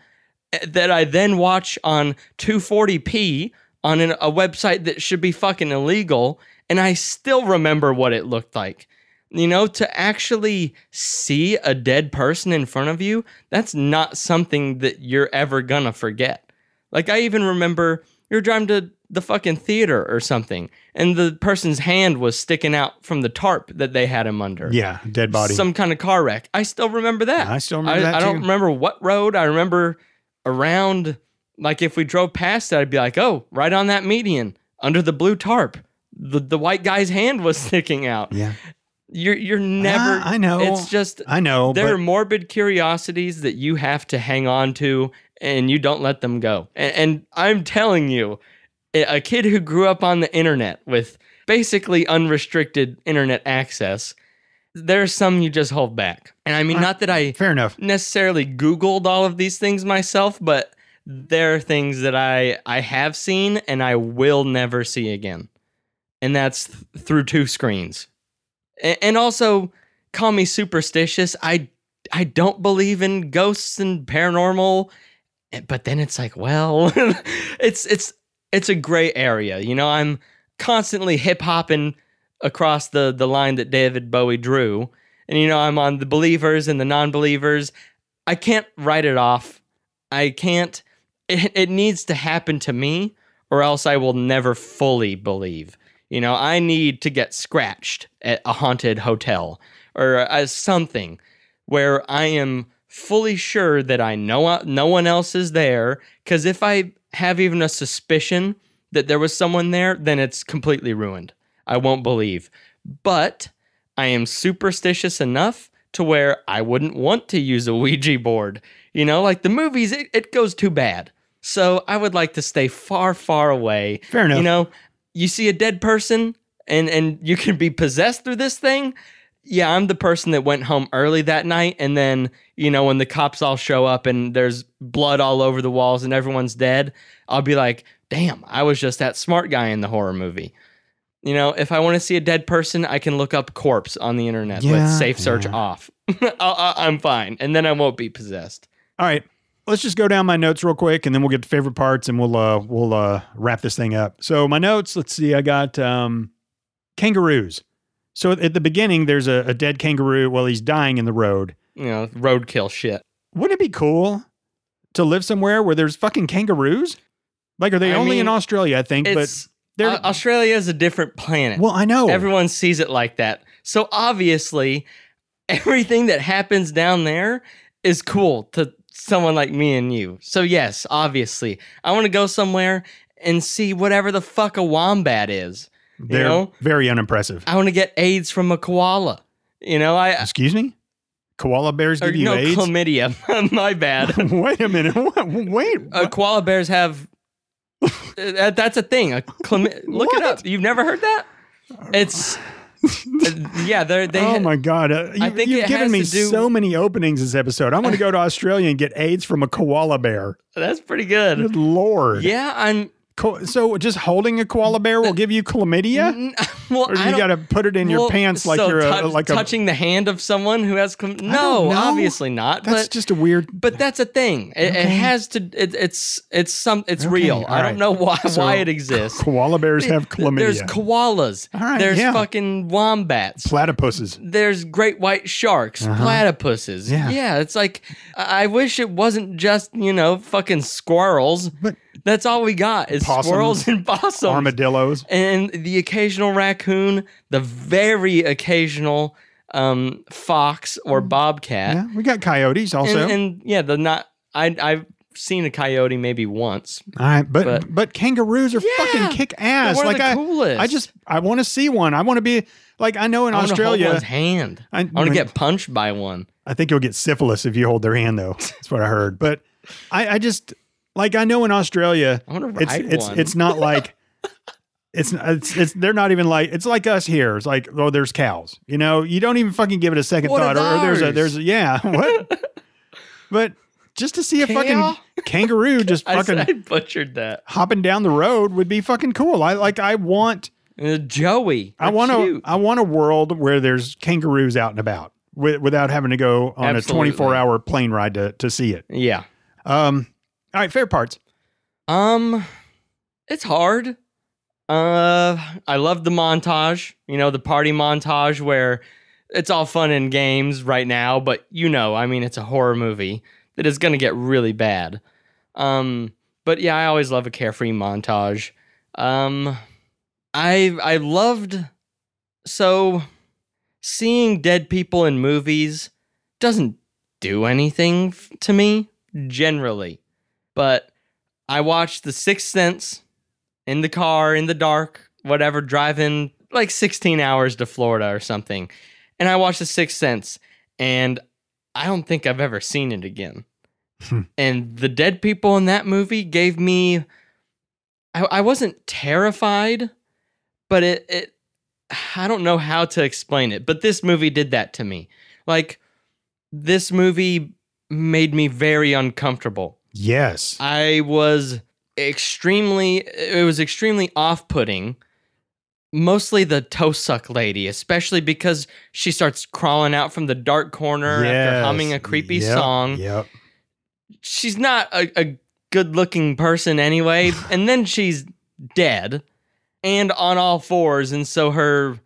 Speaker 2: eh, that I then watch on 240p on an, a website that should be fucking illegal, and I still remember what it looked like. You know, to actually see a dead person in front of you, that's not something that you're ever gonna forget. Like I even remember you're driving to the fucking theater or something, and the person's hand was sticking out from the tarp that they had him under.
Speaker 1: Yeah, dead body.
Speaker 2: Some kind of car wreck. I still remember that.
Speaker 1: I still remember
Speaker 2: I,
Speaker 1: that
Speaker 2: I don't
Speaker 1: too.
Speaker 2: remember what road. I remember around like if we drove past it, I'd be like, oh, right on that median, under the blue tarp. The, the white guy's hand was sticking out.
Speaker 1: yeah,
Speaker 2: You're you're never
Speaker 1: Ah, I know.
Speaker 2: It's just
Speaker 1: I know.
Speaker 2: there are
Speaker 1: but
Speaker 2: morbid curiosities that you have to hang on to and you don't let them go. And, and I'm telling you, a a kid who grew up on the internet with basically unrestricted internet access, there's some you just hold back. And I mean, not that I
Speaker 1: fair enough.
Speaker 2: necessarily Googled all of these things myself, but there are things that I, I have seen and I will never see again. And that's th- through two screens. A- and also, call me superstitious. I I don't believe in ghosts and paranormal, eh, but then it's like, well, it's it's it's a gray area. You know, I'm constantly hip hopping across the the line that David Bowie drew, and you know, I'm on the believers and the non-believers. I can't write it off. I can't. It, it needs to happen to me, or else I will never fully believe. You know, I need to get scratched at a haunted hotel or uh, something where I am fully sure that I know uh, no one else is there. Because if I have even a suspicion that there was someone there, then it's completely ruined. I won't believe. But I am superstitious enough to where I wouldn't want to use a Ouija board. You know, like the movies, it, it goes too bad. So I would like to stay far, far away.
Speaker 1: Fair enough.
Speaker 2: You know, you see a dead person and and you can be possessed through this thing yeah, I'm the person that went home early that night. And then, you know, when the cops all show up and there's blood all over the walls and everyone's dead, I'll be like, damn, I was just that smart guy in the horror movie. You know, if I want to see a dead person, I can look up corpse on the internet
Speaker 1: Yeah,
Speaker 2: with safe search
Speaker 1: yeah.
Speaker 2: off. I- I- I'm fine. And then I won't be possessed.
Speaker 1: All right. Let's just go down my notes real quick and then we'll get to favorite parts and we'll uh we'll uh wrap this thing up. So my notes, let's see, I got um kangaroos. So at the beginning there's a, a dead kangaroo, well he's dying in the road.
Speaker 2: You know, roadkill shit.
Speaker 1: Wouldn't it be cool to live somewhere where there's fucking kangaroos? Like are they
Speaker 2: I
Speaker 1: only in
Speaker 2: mean,
Speaker 1: Australia, I think, but
Speaker 2: It's
Speaker 1: they're
Speaker 2: Au- Australia is a different planet.
Speaker 1: Well, I know.
Speaker 2: Everyone sees it like that. So obviously, everything that happens down there is cool to someone like me and you. So, yes, obviously, I want to go somewhere and see whatever the fuck a wombat is.
Speaker 1: they're
Speaker 2: know?
Speaker 1: very unimpressive.
Speaker 2: I want to get AIDS from a koala. You know, I.
Speaker 1: Excuse me? Koala bears
Speaker 2: Or,
Speaker 1: give you
Speaker 2: no,
Speaker 1: AIDS?
Speaker 2: chlamydia. My bad.
Speaker 1: Wait a minute. What? Wait.
Speaker 2: Uh, koala bears have. that, that's a thing. A chlam- look it up. You've never heard that? It's. uh, yeah, they're, they.
Speaker 1: oh my god! Uh, you,
Speaker 2: I think
Speaker 1: you've
Speaker 2: it
Speaker 1: given
Speaker 2: has
Speaker 1: me
Speaker 2: to do-
Speaker 1: so many openings this episode. I'm going to go to Australia and get AIDS from a koala bear.
Speaker 2: That's pretty good.
Speaker 1: Good lord!
Speaker 2: Yeah, I'm.
Speaker 1: Co- so just holding a koala bear will give you chlamydia,
Speaker 2: N- well,
Speaker 1: or
Speaker 2: I
Speaker 1: you
Speaker 2: don't-
Speaker 1: got to put it in your
Speaker 2: well,
Speaker 1: pants like
Speaker 2: so
Speaker 1: you're a,
Speaker 2: tou-
Speaker 1: like a.
Speaker 2: touching the hand of someone who has. Com- no,
Speaker 1: know.
Speaker 2: obviously not.
Speaker 1: that's
Speaker 2: but
Speaker 1: just a weird.
Speaker 2: but that's a thing. It, it has to. It, it's it's some. It's real.
Speaker 1: all
Speaker 2: I don't
Speaker 1: right.
Speaker 2: know why
Speaker 1: So,
Speaker 2: why it exists.
Speaker 1: Koala bears have chlamydia.
Speaker 2: There's koalas.
Speaker 1: All right,
Speaker 2: There's
Speaker 1: yeah.
Speaker 2: fucking wombats.
Speaker 1: platypuses.
Speaker 2: there's great white sharks, platypuses.
Speaker 1: Uh-huh. Yeah.
Speaker 2: it's like I I wish it wasn't just you know fucking squirrels.
Speaker 1: But-
Speaker 2: that's all we got is
Speaker 1: Possums,
Speaker 2: squirrels and possums.
Speaker 1: Armadillos.
Speaker 2: and the occasional raccoon, the very occasional um, fox or bobcat,
Speaker 1: Mm. Yeah, we got coyotes also.
Speaker 2: and, and yeah, the not I I've seen a coyote maybe once.
Speaker 1: All right, but but,
Speaker 2: but-
Speaker 1: kangaroos are
Speaker 2: Yeah,
Speaker 1: fucking kick ass.
Speaker 2: they're one of
Speaker 1: Like
Speaker 2: the
Speaker 1: I,
Speaker 2: coolest.
Speaker 1: I just I want to see one. I want to be like I know in
Speaker 2: I wanna hold
Speaker 1: Australia.
Speaker 2: one's hand.
Speaker 1: I-
Speaker 2: I, want
Speaker 1: I-
Speaker 2: to get punched by one.
Speaker 1: I think you'll get syphilis if you hold their hand, though. That's what I heard. But I, I just like I know in Australia,
Speaker 2: I wanna
Speaker 1: it's
Speaker 2: ride
Speaker 1: it's
Speaker 2: one.
Speaker 1: it's not like it's, it's it's they're not even like it's like us here. It's like oh, there's cows. You know, you don't even fucking give it a second
Speaker 2: What
Speaker 1: thought. Or,
Speaker 2: are
Speaker 1: or there's a
Speaker 2: those?
Speaker 1: there's a, yeah what. but just to see a
Speaker 2: Kale?
Speaker 1: fucking kangaroo just
Speaker 2: I, s-
Speaker 1: fucking
Speaker 2: I butchered that.
Speaker 1: hopping down the road would be fucking cool. I like I want
Speaker 2: Uh, Joey,
Speaker 1: I want
Speaker 2: to.
Speaker 1: a I want a world where there's kangaroos out and about wi- without having to go on
Speaker 2: Absolutely.
Speaker 1: a 24 hour plane ride to to see it.
Speaker 2: Yeah.
Speaker 1: Um, all right, fair parts.
Speaker 2: Um, it's hard. Uh, I love the montage. You know, the party montage where it's all fun and games right now, but you know, I mean, it's a horror movie that is going to get really bad. Um, but yeah, I always love a carefree montage. Um, I I loved so seeing dead people in movies doesn't do anything f- to me generally, but I watched The Sixth Sense in the car, in the dark, whatever, driving like 16 hours to Florida or something. And I watched The Sixth Sense, and I don't think I've ever seen it again. and the dead people in that movie gave me. I, I wasn't terrified, but it, it. I don't know how to explain it, but this movie did that to me. Like, this movie made me very uncomfortable.
Speaker 1: Yes,
Speaker 2: I was extremely it was extremely off-putting mostly the toe suck lady, especially because she starts crawling out from the dark corner after
Speaker 1: Yes.
Speaker 2: humming a creepy
Speaker 1: Yep,
Speaker 2: song.
Speaker 1: Yep.
Speaker 2: She's not a, a good looking person anyway. and then she's dead and on all fours. And so her,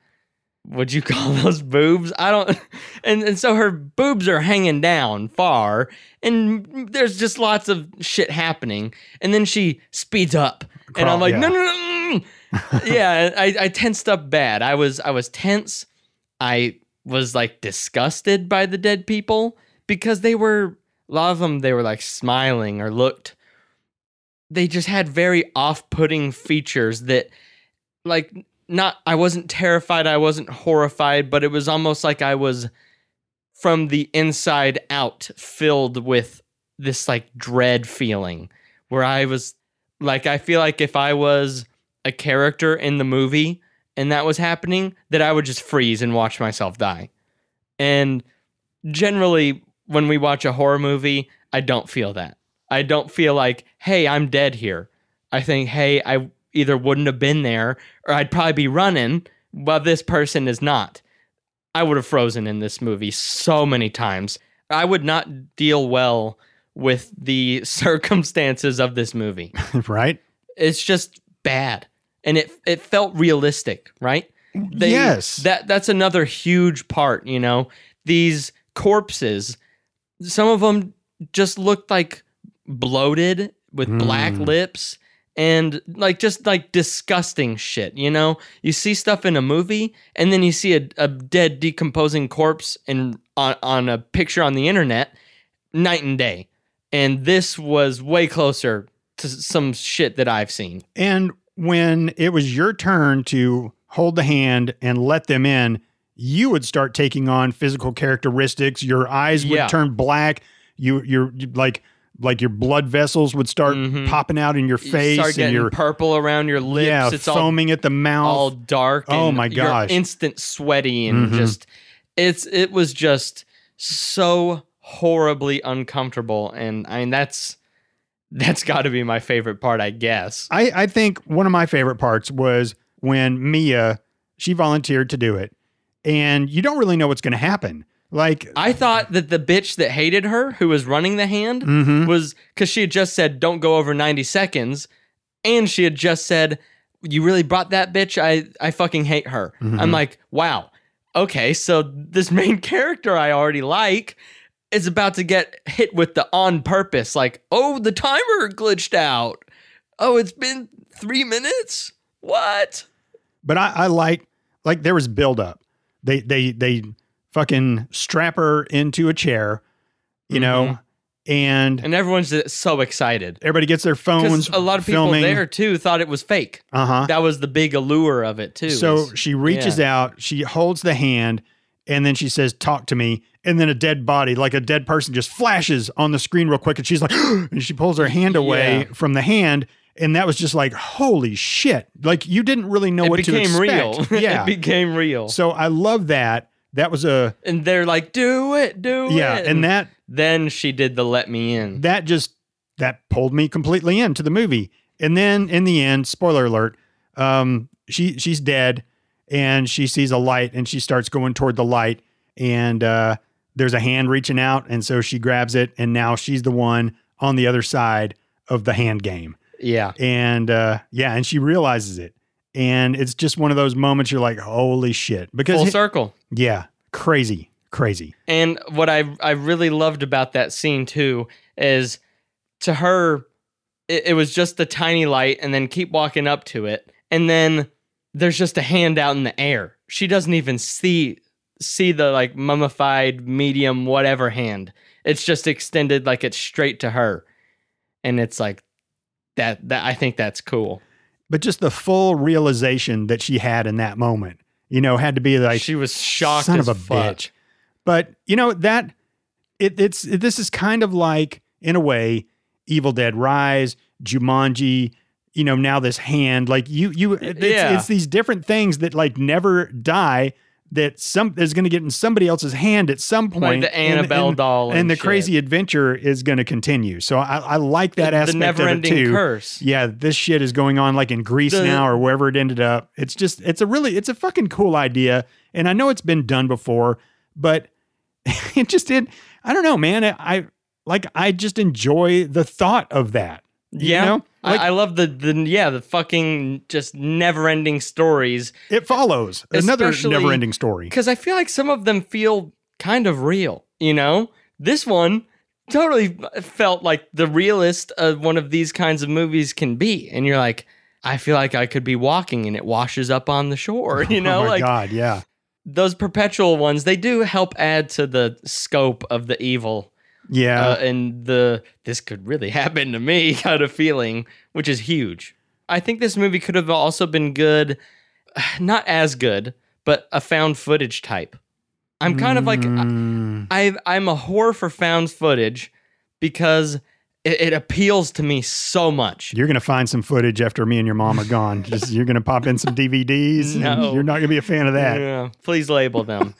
Speaker 2: what'd you call those boobs? I don't. And, and so her boobs are hanging down far. And there's just lots of shit happening. And then she speeds up. and
Speaker 1: Crawl-
Speaker 2: I'm like,
Speaker 1: yeah.
Speaker 2: no, no, no. mm." yeah, I, I tensed up bad. I was I was tense. I was like disgusted by the dead people because they were a lot of them. They were like smiling or looked. They just had very off-putting features that, like, not. I wasn't terrified. I wasn't horrified, but it was almost like I was from the inside out filled with this like dread feeling where I was like I feel like if I was a character in the movie and that was happening, that I would just freeze and watch myself die. And generally, when we watch a horror movie, I don't feel that. I don't feel like, hey, I'm dead here. I think, hey, I either wouldn't have been there or I'd probably be running while this person is not. I would have frozen in this movie so many times. I would not deal well with the circumstances of this movie
Speaker 1: right.
Speaker 2: it's just bad and it it felt realistic right they,
Speaker 1: Yes.
Speaker 2: that that's another huge part you know these corpses some of them just looked like bloated with
Speaker 1: Hmm.
Speaker 2: black lips and like just like disgusting shit you know you see stuff in a movie and then you see a, a dead decomposing corpse in on, on a picture on the internet night and day and this was way closer to s- some shit that i've seen
Speaker 1: And when it was your turn to hold the hand and let them in, you would start taking on physical characteristics. Your eyes would
Speaker 2: Yeah.
Speaker 1: turn black. You, you're like, like your blood vessels would start popping out in your
Speaker 2: Mm-hmm. You
Speaker 1: face,
Speaker 2: start
Speaker 1: and
Speaker 2: getting
Speaker 1: your
Speaker 2: purple around your lips
Speaker 1: yeah,
Speaker 2: it's all
Speaker 1: foaming at the mouth.
Speaker 2: all dark.
Speaker 1: Oh
Speaker 2: and
Speaker 1: my
Speaker 2: you're
Speaker 1: gosh. Mm-hmm.
Speaker 2: instant sweaty and just it's it was just so horribly uncomfortable. And I mean that's that's got to be my favorite part, I guess.
Speaker 1: I, I think one of my favorite parts was when Mia she volunteered to do it, and you don't really know what's going to happen. Like,
Speaker 2: I thought that the bitch that hated her, who was running the hand,
Speaker 1: Hmm.
Speaker 2: was because she had just said, "Don't go over ninety seconds," and she had just said, "You really brought that bitch. I I fucking hate her."
Speaker 1: Mm-hmm.
Speaker 2: I'm like, wow, okay, so this main character I already like is about to get hit with the on purpose, like, oh, the timer glitched out. Oh, it's been three minutes. What?
Speaker 1: but I, I like like there was buildup. They they they fucking strap her into a chair, you know, and,
Speaker 2: Mm-hmm. And everyone's just so excited.
Speaker 1: everybody gets their phones.
Speaker 2: Because a lot of people
Speaker 1: filming.
Speaker 2: there too thought it was fake.
Speaker 1: Uh huh.
Speaker 2: that was the big allure of it too.
Speaker 1: So
Speaker 2: is-
Speaker 1: she reaches out, she holds the hand, and then she says, Talk to me. And then a dead body, like a dead person, just flashes on the screen real quick. And she's like, and she pulls her hand away
Speaker 2: Yeah.
Speaker 1: from the hand. And that was just like, holy shit. Like you didn't really know
Speaker 2: it
Speaker 1: what
Speaker 2: became
Speaker 1: to
Speaker 2: real.
Speaker 1: expect. Yeah.
Speaker 2: it became real.
Speaker 1: so I love that. That was a
Speaker 2: and they're like, "Do it, do it."
Speaker 1: yeah, and that
Speaker 2: then she did the "Let me in."
Speaker 1: that just that pulled me completely into the movie. And then in the end, spoiler alert, um, she she's dead, and she sees a light, and she starts going toward the light, and uh, there's a hand reaching out, and so she grabs it, and now she's the one on the other side of the hand game,
Speaker 2: yeah,
Speaker 1: and uh, yeah, and she realizes it, and it's just one of those moments you're like, holy shit, because
Speaker 2: full
Speaker 1: it-
Speaker 2: circle.
Speaker 1: yeah, crazy, crazy,
Speaker 2: And what I I really loved about that scene too is to her it, it was just the tiny light and then keep walking up to it and then there's just a hand out in the air. She doesn't even see see the like mummified medium whatever hand. It's just extended like it's straight to her. And it's like that that I think that's cool.
Speaker 1: but just the full realization that she had in that moment, you know, had to be like
Speaker 2: she was shocked
Speaker 1: son
Speaker 2: as
Speaker 1: of a
Speaker 2: fuck.
Speaker 1: bitch. But you know that it, it's this is kind of like in a way, Evil Dead Rise, Jumanji. You know now this hand, like you, you. It's,
Speaker 2: yeah.
Speaker 1: it's these different things that like never die that some is going to get in somebody else's hand at some point.
Speaker 2: the Annabelle doll
Speaker 1: and,
Speaker 2: and
Speaker 1: the
Speaker 2: shit.
Speaker 1: crazy adventure is going to continue. So I, I like that
Speaker 2: The- the
Speaker 1: aspect of it
Speaker 2: never-ending
Speaker 1: too.
Speaker 2: curse.
Speaker 1: Yeah, this shit is going on like in Greece
Speaker 2: The-
Speaker 1: now or wherever it ended up. It's just it's a really it's a fucking cool idea, and I know it's been done before, but it just did. I don't know, man. I, I like I just enjoy the thought of that. you
Speaker 2: yeah,
Speaker 1: know?
Speaker 2: I-
Speaker 1: Like-
Speaker 2: I, love the the yeah the fucking just never ending stories
Speaker 1: It follows another
Speaker 2: Especially-
Speaker 1: never-ending story.
Speaker 2: because I feel like some of them feel kind of real. You know, this one totally felt like the realest of one of these kinds of movies can be, and you're like, I feel like I could be walking and it washes up on the shore. You know,
Speaker 1: oh my
Speaker 2: like
Speaker 1: god, yeah.
Speaker 2: those perpetual ones, they do help add to the scope of the evil
Speaker 1: Yeah.
Speaker 2: uh, and the this could really happen to me kind of feeling, which is huge. I think this movie could have also been good, not as good, but a found footage type. I'm kind of like
Speaker 1: Mm.
Speaker 2: I, I'm a whore for found footage because it, it appeals to me so much.
Speaker 1: You're gonna find some footage after me and your mom are gone. Just you're gonna pop in some DVDs.
Speaker 2: No.
Speaker 1: and you're not gonna be a fan of that.
Speaker 2: Yeah, please label them,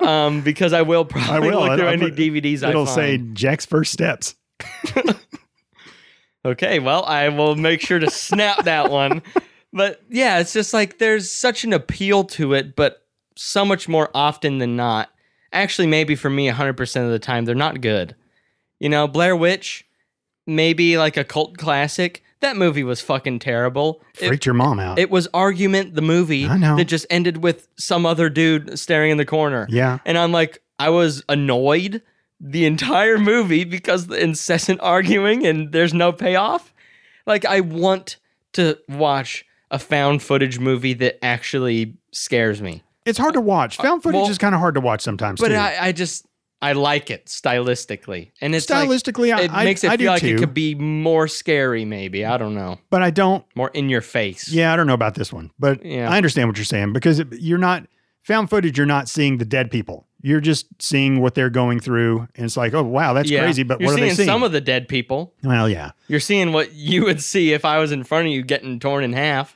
Speaker 2: um, because I will probably
Speaker 1: I will.
Speaker 2: look through
Speaker 1: I'll
Speaker 2: any
Speaker 1: put-
Speaker 2: DVDs I
Speaker 1: It'll
Speaker 2: find.
Speaker 1: say Jack's first steps.
Speaker 2: Okay, well, I will make sure to snap that one. But yeah, it's just like there's such an appeal to it, but so much more often than not. Actually, maybe for me, 100% of the time, they're not good. You know, Blair Witch, maybe like a cult classic. That movie was fucking terrible. It,
Speaker 1: Freaked your mom out.
Speaker 2: it was Argument, the movie
Speaker 1: I know.
Speaker 2: that just ended with some other dude staring in the corner.
Speaker 1: yeah.
Speaker 2: And I'm like, I was annoyed the entire movie because the incessant arguing and there's no payoff. Like, I want to watch a found footage movie that actually scares me.
Speaker 1: It's hard to watch. Found footage
Speaker 2: Uh, well-
Speaker 1: is kind of hard to watch sometimes.
Speaker 2: But
Speaker 1: too.
Speaker 2: I, I just, I like it stylistically. And it's like,
Speaker 1: stylistically,
Speaker 2: it
Speaker 1: I,
Speaker 2: makes it
Speaker 1: I, I
Speaker 2: feel
Speaker 1: do
Speaker 2: like
Speaker 1: too.
Speaker 2: it could be more scary, maybe. I don't know.
Speaker 1: but I don't.
Speaker 2: More in your face.
Speaker 1: Yeah, I don't know about this one, but
Speaker 2: Yeah.
Speaker 1: I understand what you're saying because it, you're not found footage. You're not seeing the dead people. You're just seeing what they're going through, and it's like, oh wow, that's
Speaker 2: Yeah.
Speaker 1: crazy. But
Speaker 2: You're
Speaker 1: what are
Speaker 2: seeing
Speaker 1: they seeing?
Speaker 2: some of the dead people.
Speaker 1: well, yeah.
Speaker 2: You're seeing what you would see if I was in front of you getting torn in half.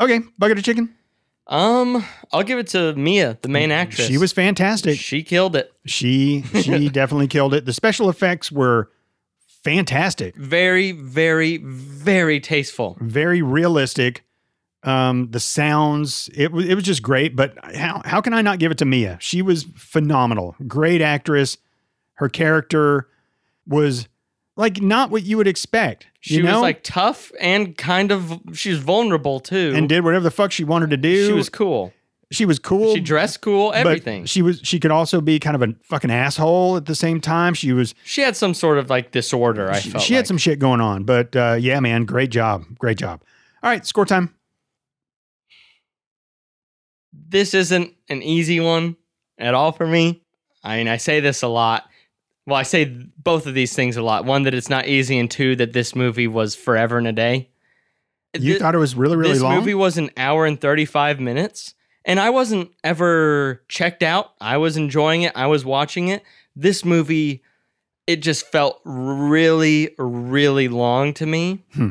Speaker 1: Okay, bucket of chicken.
Speaker 2: Um, I'll give it to Mia, the main actress.
Speaker 1: Mm, She was fantastic.
Speaker 2: She killed it.
Speaker 1: She she definitely killed it. The special effects were fantastic,
Speaker 2: Very, very, very tasteful.
Speaker 1: very realistic. Um, the sounds, it was it was just great. But how how can I not give it to Mia? She was phenomenal, great actress. Her character was like not what you would expect.
Speaker 2: She
Speaker 1: you know?
Speaker 2: was like tough and kind of she was vulnerable too.
Speaker 1: and did whatever the fuck she wanted to do.
Speaker 2: she was cool.
Speaker 1: she was cool.
Speaker 2: She dressed cool,
Speaker 1: but
Speaker 2: everything. She,
Speaker 1: She was she could also be kind of a fucking asshole at the same time. She was
Speaker 2: had some sort of like disorder, I
Speaker 1: she,
Speaker 2: felt
Speaker 1: she had
Speaker 2: like.
Speaker 1: some shit going on, but uh, yeah, man, great job, great job. All right, score time.
Speaker 2: this isn't an easy one at all for me. I mean, I say this a lot. Well, I say both of these things a lot. One that it's not easy, and two that this movie was forever and a day.
Speaker 1: You
Speaker 2: Thi-
Speaker 1: thought it was really really
Speaker 2: this
Speaker 1: long.
Speaker 2: movie was an hour and 35 minutes and i wasn't ever checked out i was enjoying it i was watching it this movie it just felt really really long to me
Speaker 1: Hmm.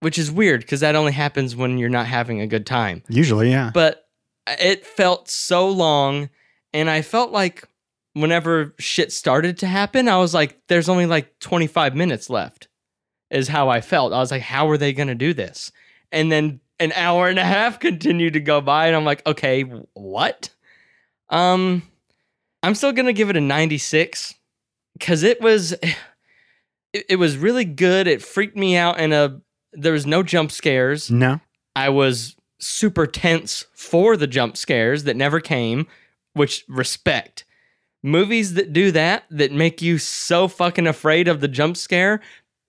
Speaker 2: which is weird because that only happens when you're not having a good time
Speaker 1: Usually, yeah.
Speaker 2: but it felt so long and i felt like whenever shit started to happen i was like there's only like 25 minutes left is how i felt i was like how are they going to do this and then an hour and a half continued to go by and i'm like okay what um i'm still going to give it a 96 cuz it was it, it was really good it freaked me out and a there was no jump scares
Speaker 1: no,
Speaker 2: I was super tense for the jump scares that never came, which respect. Movies that do that, that make you so fucking afraid of the jump scare,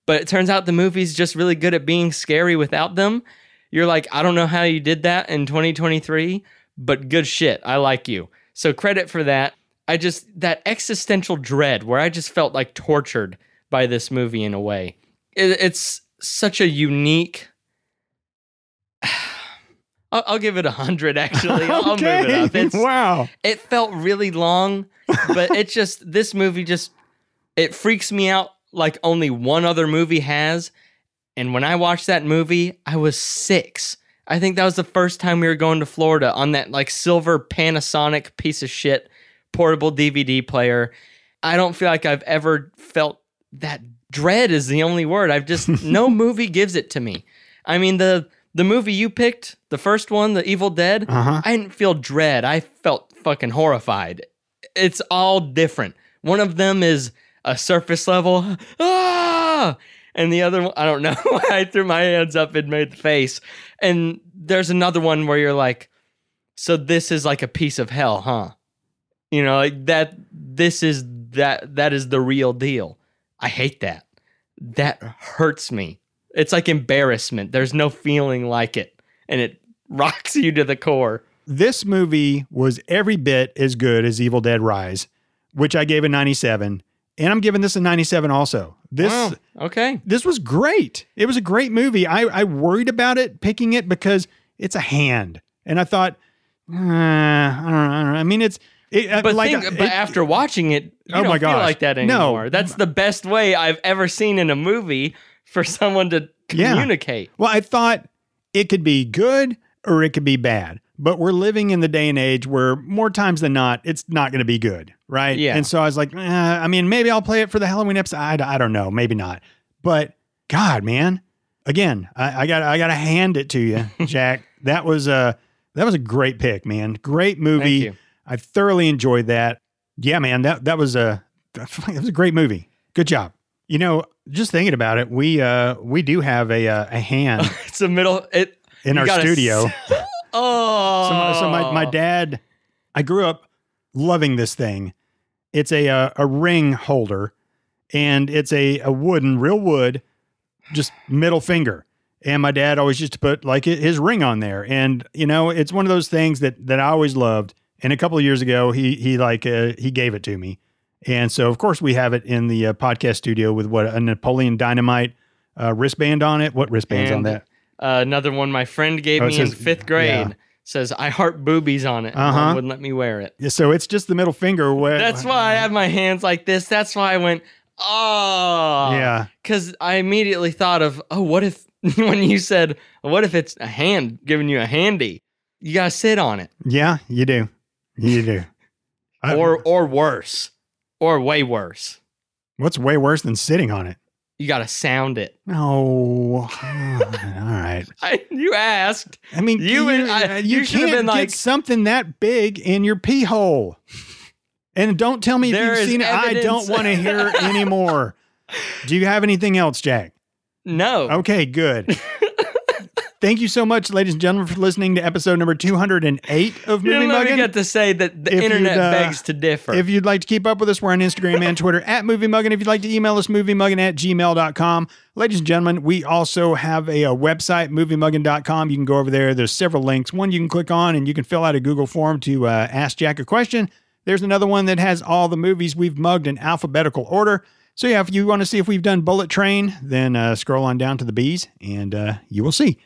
Speaker 2: but it turns out the movie's just really good at being scary without them. You're like, I don't know how you did that in 2023, but good shit. I like you. So credit for that. I just, that existential dread where I just felt like tortured by this movie in a way. It, it's such a unique I'll, I'll give it a hundred. Actually, I'll, I'll move it up. It's,
Speaker 1: wow.
Speaker 2: It felt really long, but it just this movie just it freaks me out like only one other movie has. And when I watched that movie, I was six. I think that was the first time we were going to Florida on that like silver Panasonic piece of shit portable DVD player. I don't feel like I've ever felt that dread is the only word. I've just no movie gives it to me. I mean the the movie you picked, the first one, The Evil Dead,
Speaker 1: Uh-huh.
Speaker 2: I didn't feel dread. I felt fucking horrified. It's all different. One of them is a surface level, ah, and the other one, I don't know. I threw my hands up and made the face. And there's another one where you're like, so this is like a piece of hell, huh? You know, like that, this is that, that is the real deal. I hate that. That hurts me. It's like embarrassment. There's no feeling like it. And it rocks you to the core.
Speaker 1: This movie was every bit as good as Evil Dead Rise, which I gave a 97, and I'm giving this a 97 also. This
Speaker 2: Wow. Okay.
Speaker 1: this was great. It was a great movie. I, I worried about it picking it because it's a hand, and I thought, "Uh, I, don't know, I don't know." I mean, it's it, uh,
Speaker 2: But
Speaker 1: like
Speaker 2: think, but
Speaker 1: it-
Speaker 2: after watching it, you
Speaker 1: Oh
Speaker 2: don't
Speaker 1: my
Speaker 2: feel
Speaker 1: gosh.
Speaker 2: like that
Speaker 1: No.
Speaker 2: anymore. That's the best way I've ever seen in a movie for someone to
Speaker 1: Yeah.
Speaker 2: communicate.
Speaker 1: Well, I thought it could be good or it could be bad, but we're living in the day and age where more times than not, it's not going to be good, right?
Speaker 2: Yeah.
Speaker 1: And so I was like, eh, I mean, maybe I'll play it for the Halloween episode. I, I don't know, maybe not. But God, man, again, I, I got I got to hand it to you, Jack. that was a that was a great pick, man. Great movie.
Speaker 2: you.
Speaker 1: I thoroughly enjoyed that. Yeah, man, that that was a that was a great movie. Good job. You know, just thinking about it, we uh we do have a uh, a hand
Speaker 2: It's the middle. It
Speaker 1: in
Speaker 2: you
Speaker 1: our
Speaker 2: gotta
Speaker 1: studio.
Speaker 2: s- oh,
Speaker 1: So, my, so my, my dad, I grew up loving this thing. It's a uh, a ring holder, and it's a a wooden, real wood, just middle finger. And my dad always used to put like hi- his ring on there, and you know, it's one of those things that that I always loved. And a couple of years ago, he he like uh, he gave it to me, and so of course we have it in the uh, podcast studio with what a Napoleon Dynamite uh, wristband on it. What wristbands on
Speaker 2: And-
Speaker 1: that?
Speaker 2: Uh, another one my friend gave
Speaker 1: Oh, it
Speaker 2: me in
Speaker 1: says-
Speaker 2: fifth grade
Speaker 1: yeah.
Speaker 2: says I heart boobies on it. Mom
Speaker 1: Uh-huh.
Speaker 2: wouldn't let me wear it.
Speaker 1: So it's just the middle finger. Where,
Speaker 2: That's why I have my hands like this. That's why I went oh
Speaker 1: Yeah.
Speaker 2: because I immediately thought of oh what if when you said what if it's a hand giving you a handy you gotta sit on it
Speaker 1: Yeah, you do. You do. I-
Speaker 2: or or worse or way worse
Speaker 1: what's way worse than sitting on it?
Speaker 2: you gotta sound it.
Speaker 1: No. All right.
Speaker 2: I, you asked.
Speaker 1: I mean, you,
Speaker 2: You
Speaker 1: uh,
Speaker 2: and I-
Speaker 1: you,
Speaker 2: you should've
Speaker 1: can't
Speaker 2: been
Speaker 1: get
Speaker 2: like-
Speaker 1: something that big in your pee hole. And don't tell me if
Speaker 2: There
Speaker 1: you've
Speaker 2: is
Speaker 1: seen it. I don't
Speaker 2: evidence.
Speaker 1: want to hear it anymore. Do you have anything else, Jack?
Speaker 2: No.
Speaker 1: Okay, good. Thank you so much, ladies and gentlemen, for listening to episode number 208 of
Speaker 2: You
Speaker 1: Movie
Speaker 2: didn't let me
Speaker 1: Muggin.
Speaker 2: get to say that the
Speaker 1: If you'd,
Speaker 2: internet
Speaker 1: uh,
Speaker 2: begs to differ.
Speaker 1: If you'd like to keep up with us, we're on Instagram and Twitter at Movie Muggin. If you'd like to email us, moviemuggin at gmail.com. Ladies and gentlemen, we also have a, uh website, moviemuggin.com. You can go over there. There's several links. One you can click on and you can fill out a Google form to uh, ask Jack a question. There's another one that has all the movies we've mugged in alphabetical order. So, yeah, if you want to see if we've done Bullet Train, then uh, scroll on down to the B's and uh, you will see.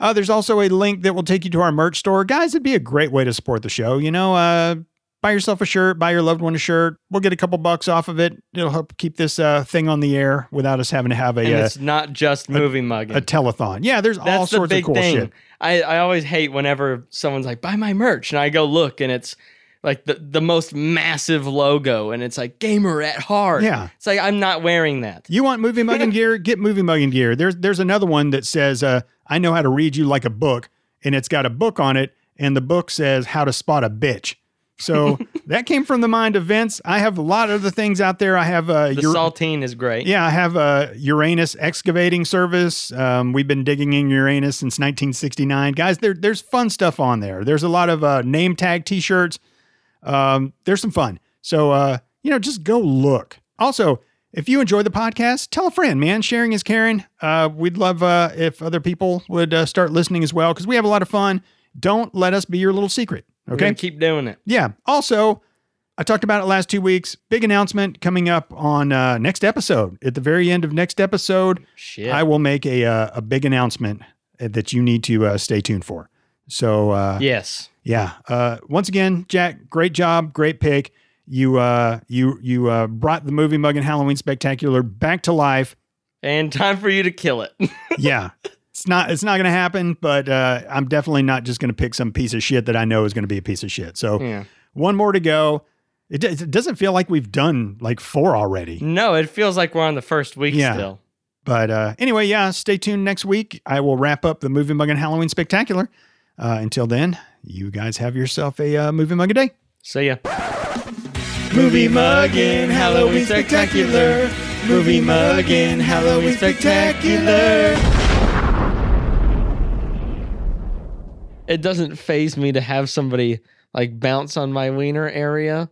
Speaker 1: Uh, there's also a link that will take you to our merch store. Guys, it'd be a great way to support the show. You know, uh, buy yourself a shirt, buy your loved one a shirt. We'll get a couple bucks off of it. It'll help keep this uh, thing on the air without us having to have
Speaker 2: and
Speaker 1: a uh,
Speaker 2: it's not just movie mugging.
Speaker 1: a telethon. Yeah, there's all
Speaker 2: That's the
Speaker 1: sorts
Speaker 2: big
Speaker 1: of cool
Speaker 2: thing.
Speaker 1: shit.
Speaker 2: I, I always hate whenever someone's like, buy my merch. And I go look and it's like the, the most massive logo and it's like gamer at heart.
Speaker 1: Yeah.
Speaker 2: It's like I'm not wearing that.
Speaker 1: You want movie mugging gear? Get movie mugging gear. There's there's another one that says, uh, "I know how to read you like a book," and it's got a book on it, and the book says, "How to spot a bitch." So that came from the mind of Vince. I have a lot of other things out there. I have uh,
Speaker 2: The
Speaker 1: your-
Speaker 2: saltine is great.
Speaker 1: Yeah, I have a Uranus excavating service. Um, we've been digging in Uranus since 1969, guys. There, there's fun stuff on there. There's a lot of uh, name tag T-shirts. Um, there's some fun. So uh, you know, just go look. Also, if you enjoy the podcast, tell a friend, man. Sharing is caring. Uh, we'd love uh, if other people would uh, start listening as well because we have a lot of fun. Don't let us be your little secret.
Speaker 2: We're gonna
Speaker 1: Okay.
Speaker 2: keep doing it.
Speaker 1: Yeah. Also, I talked about it last two weeks. Big announcement coming up on uh, next episode. At the very end of next episode,
Speaker 2: Shit.
Speaker 1: I will make a uh, a big announcement uh, that you need to uh, stay tuned for. So uh,
Speaker 2: yes.
Speaker 1: yeah. Uh, once again, Jack, great job, great pick. You uh, you you uh, brought the movie mug and Halloween spectacular back to life.
Speaker 2: And time for you to kill it.
Speaker 1: Yeah. It's not it's not going to happen, but uh, I'm definitely not just going to pick some piece of shit that I know is going to be a piece of shit. So
Speaker 2: Yeah.
Speaker 1: one more to go. It, do- it doesn't feel like we've done like four already.
Speaker 2: No, it feels like we're on the first week
Speaker 1: Yeah.
Speaker 2: still.
Speaker 1: But uh, anyway, yeah, stay tuned next week. I will wrap up the Movie Mug and Halloween Spectacular. Uh, until then, you guys have yourself a uh, Movie Mug a Day.
Speaker 2: See ya.
Speaker 4: Movie muggin' Halloween spectacular. Movie muggin' Halloween spectacular.
Speaker 2: It doesn't phase me to have somebody like bounce on my wiener area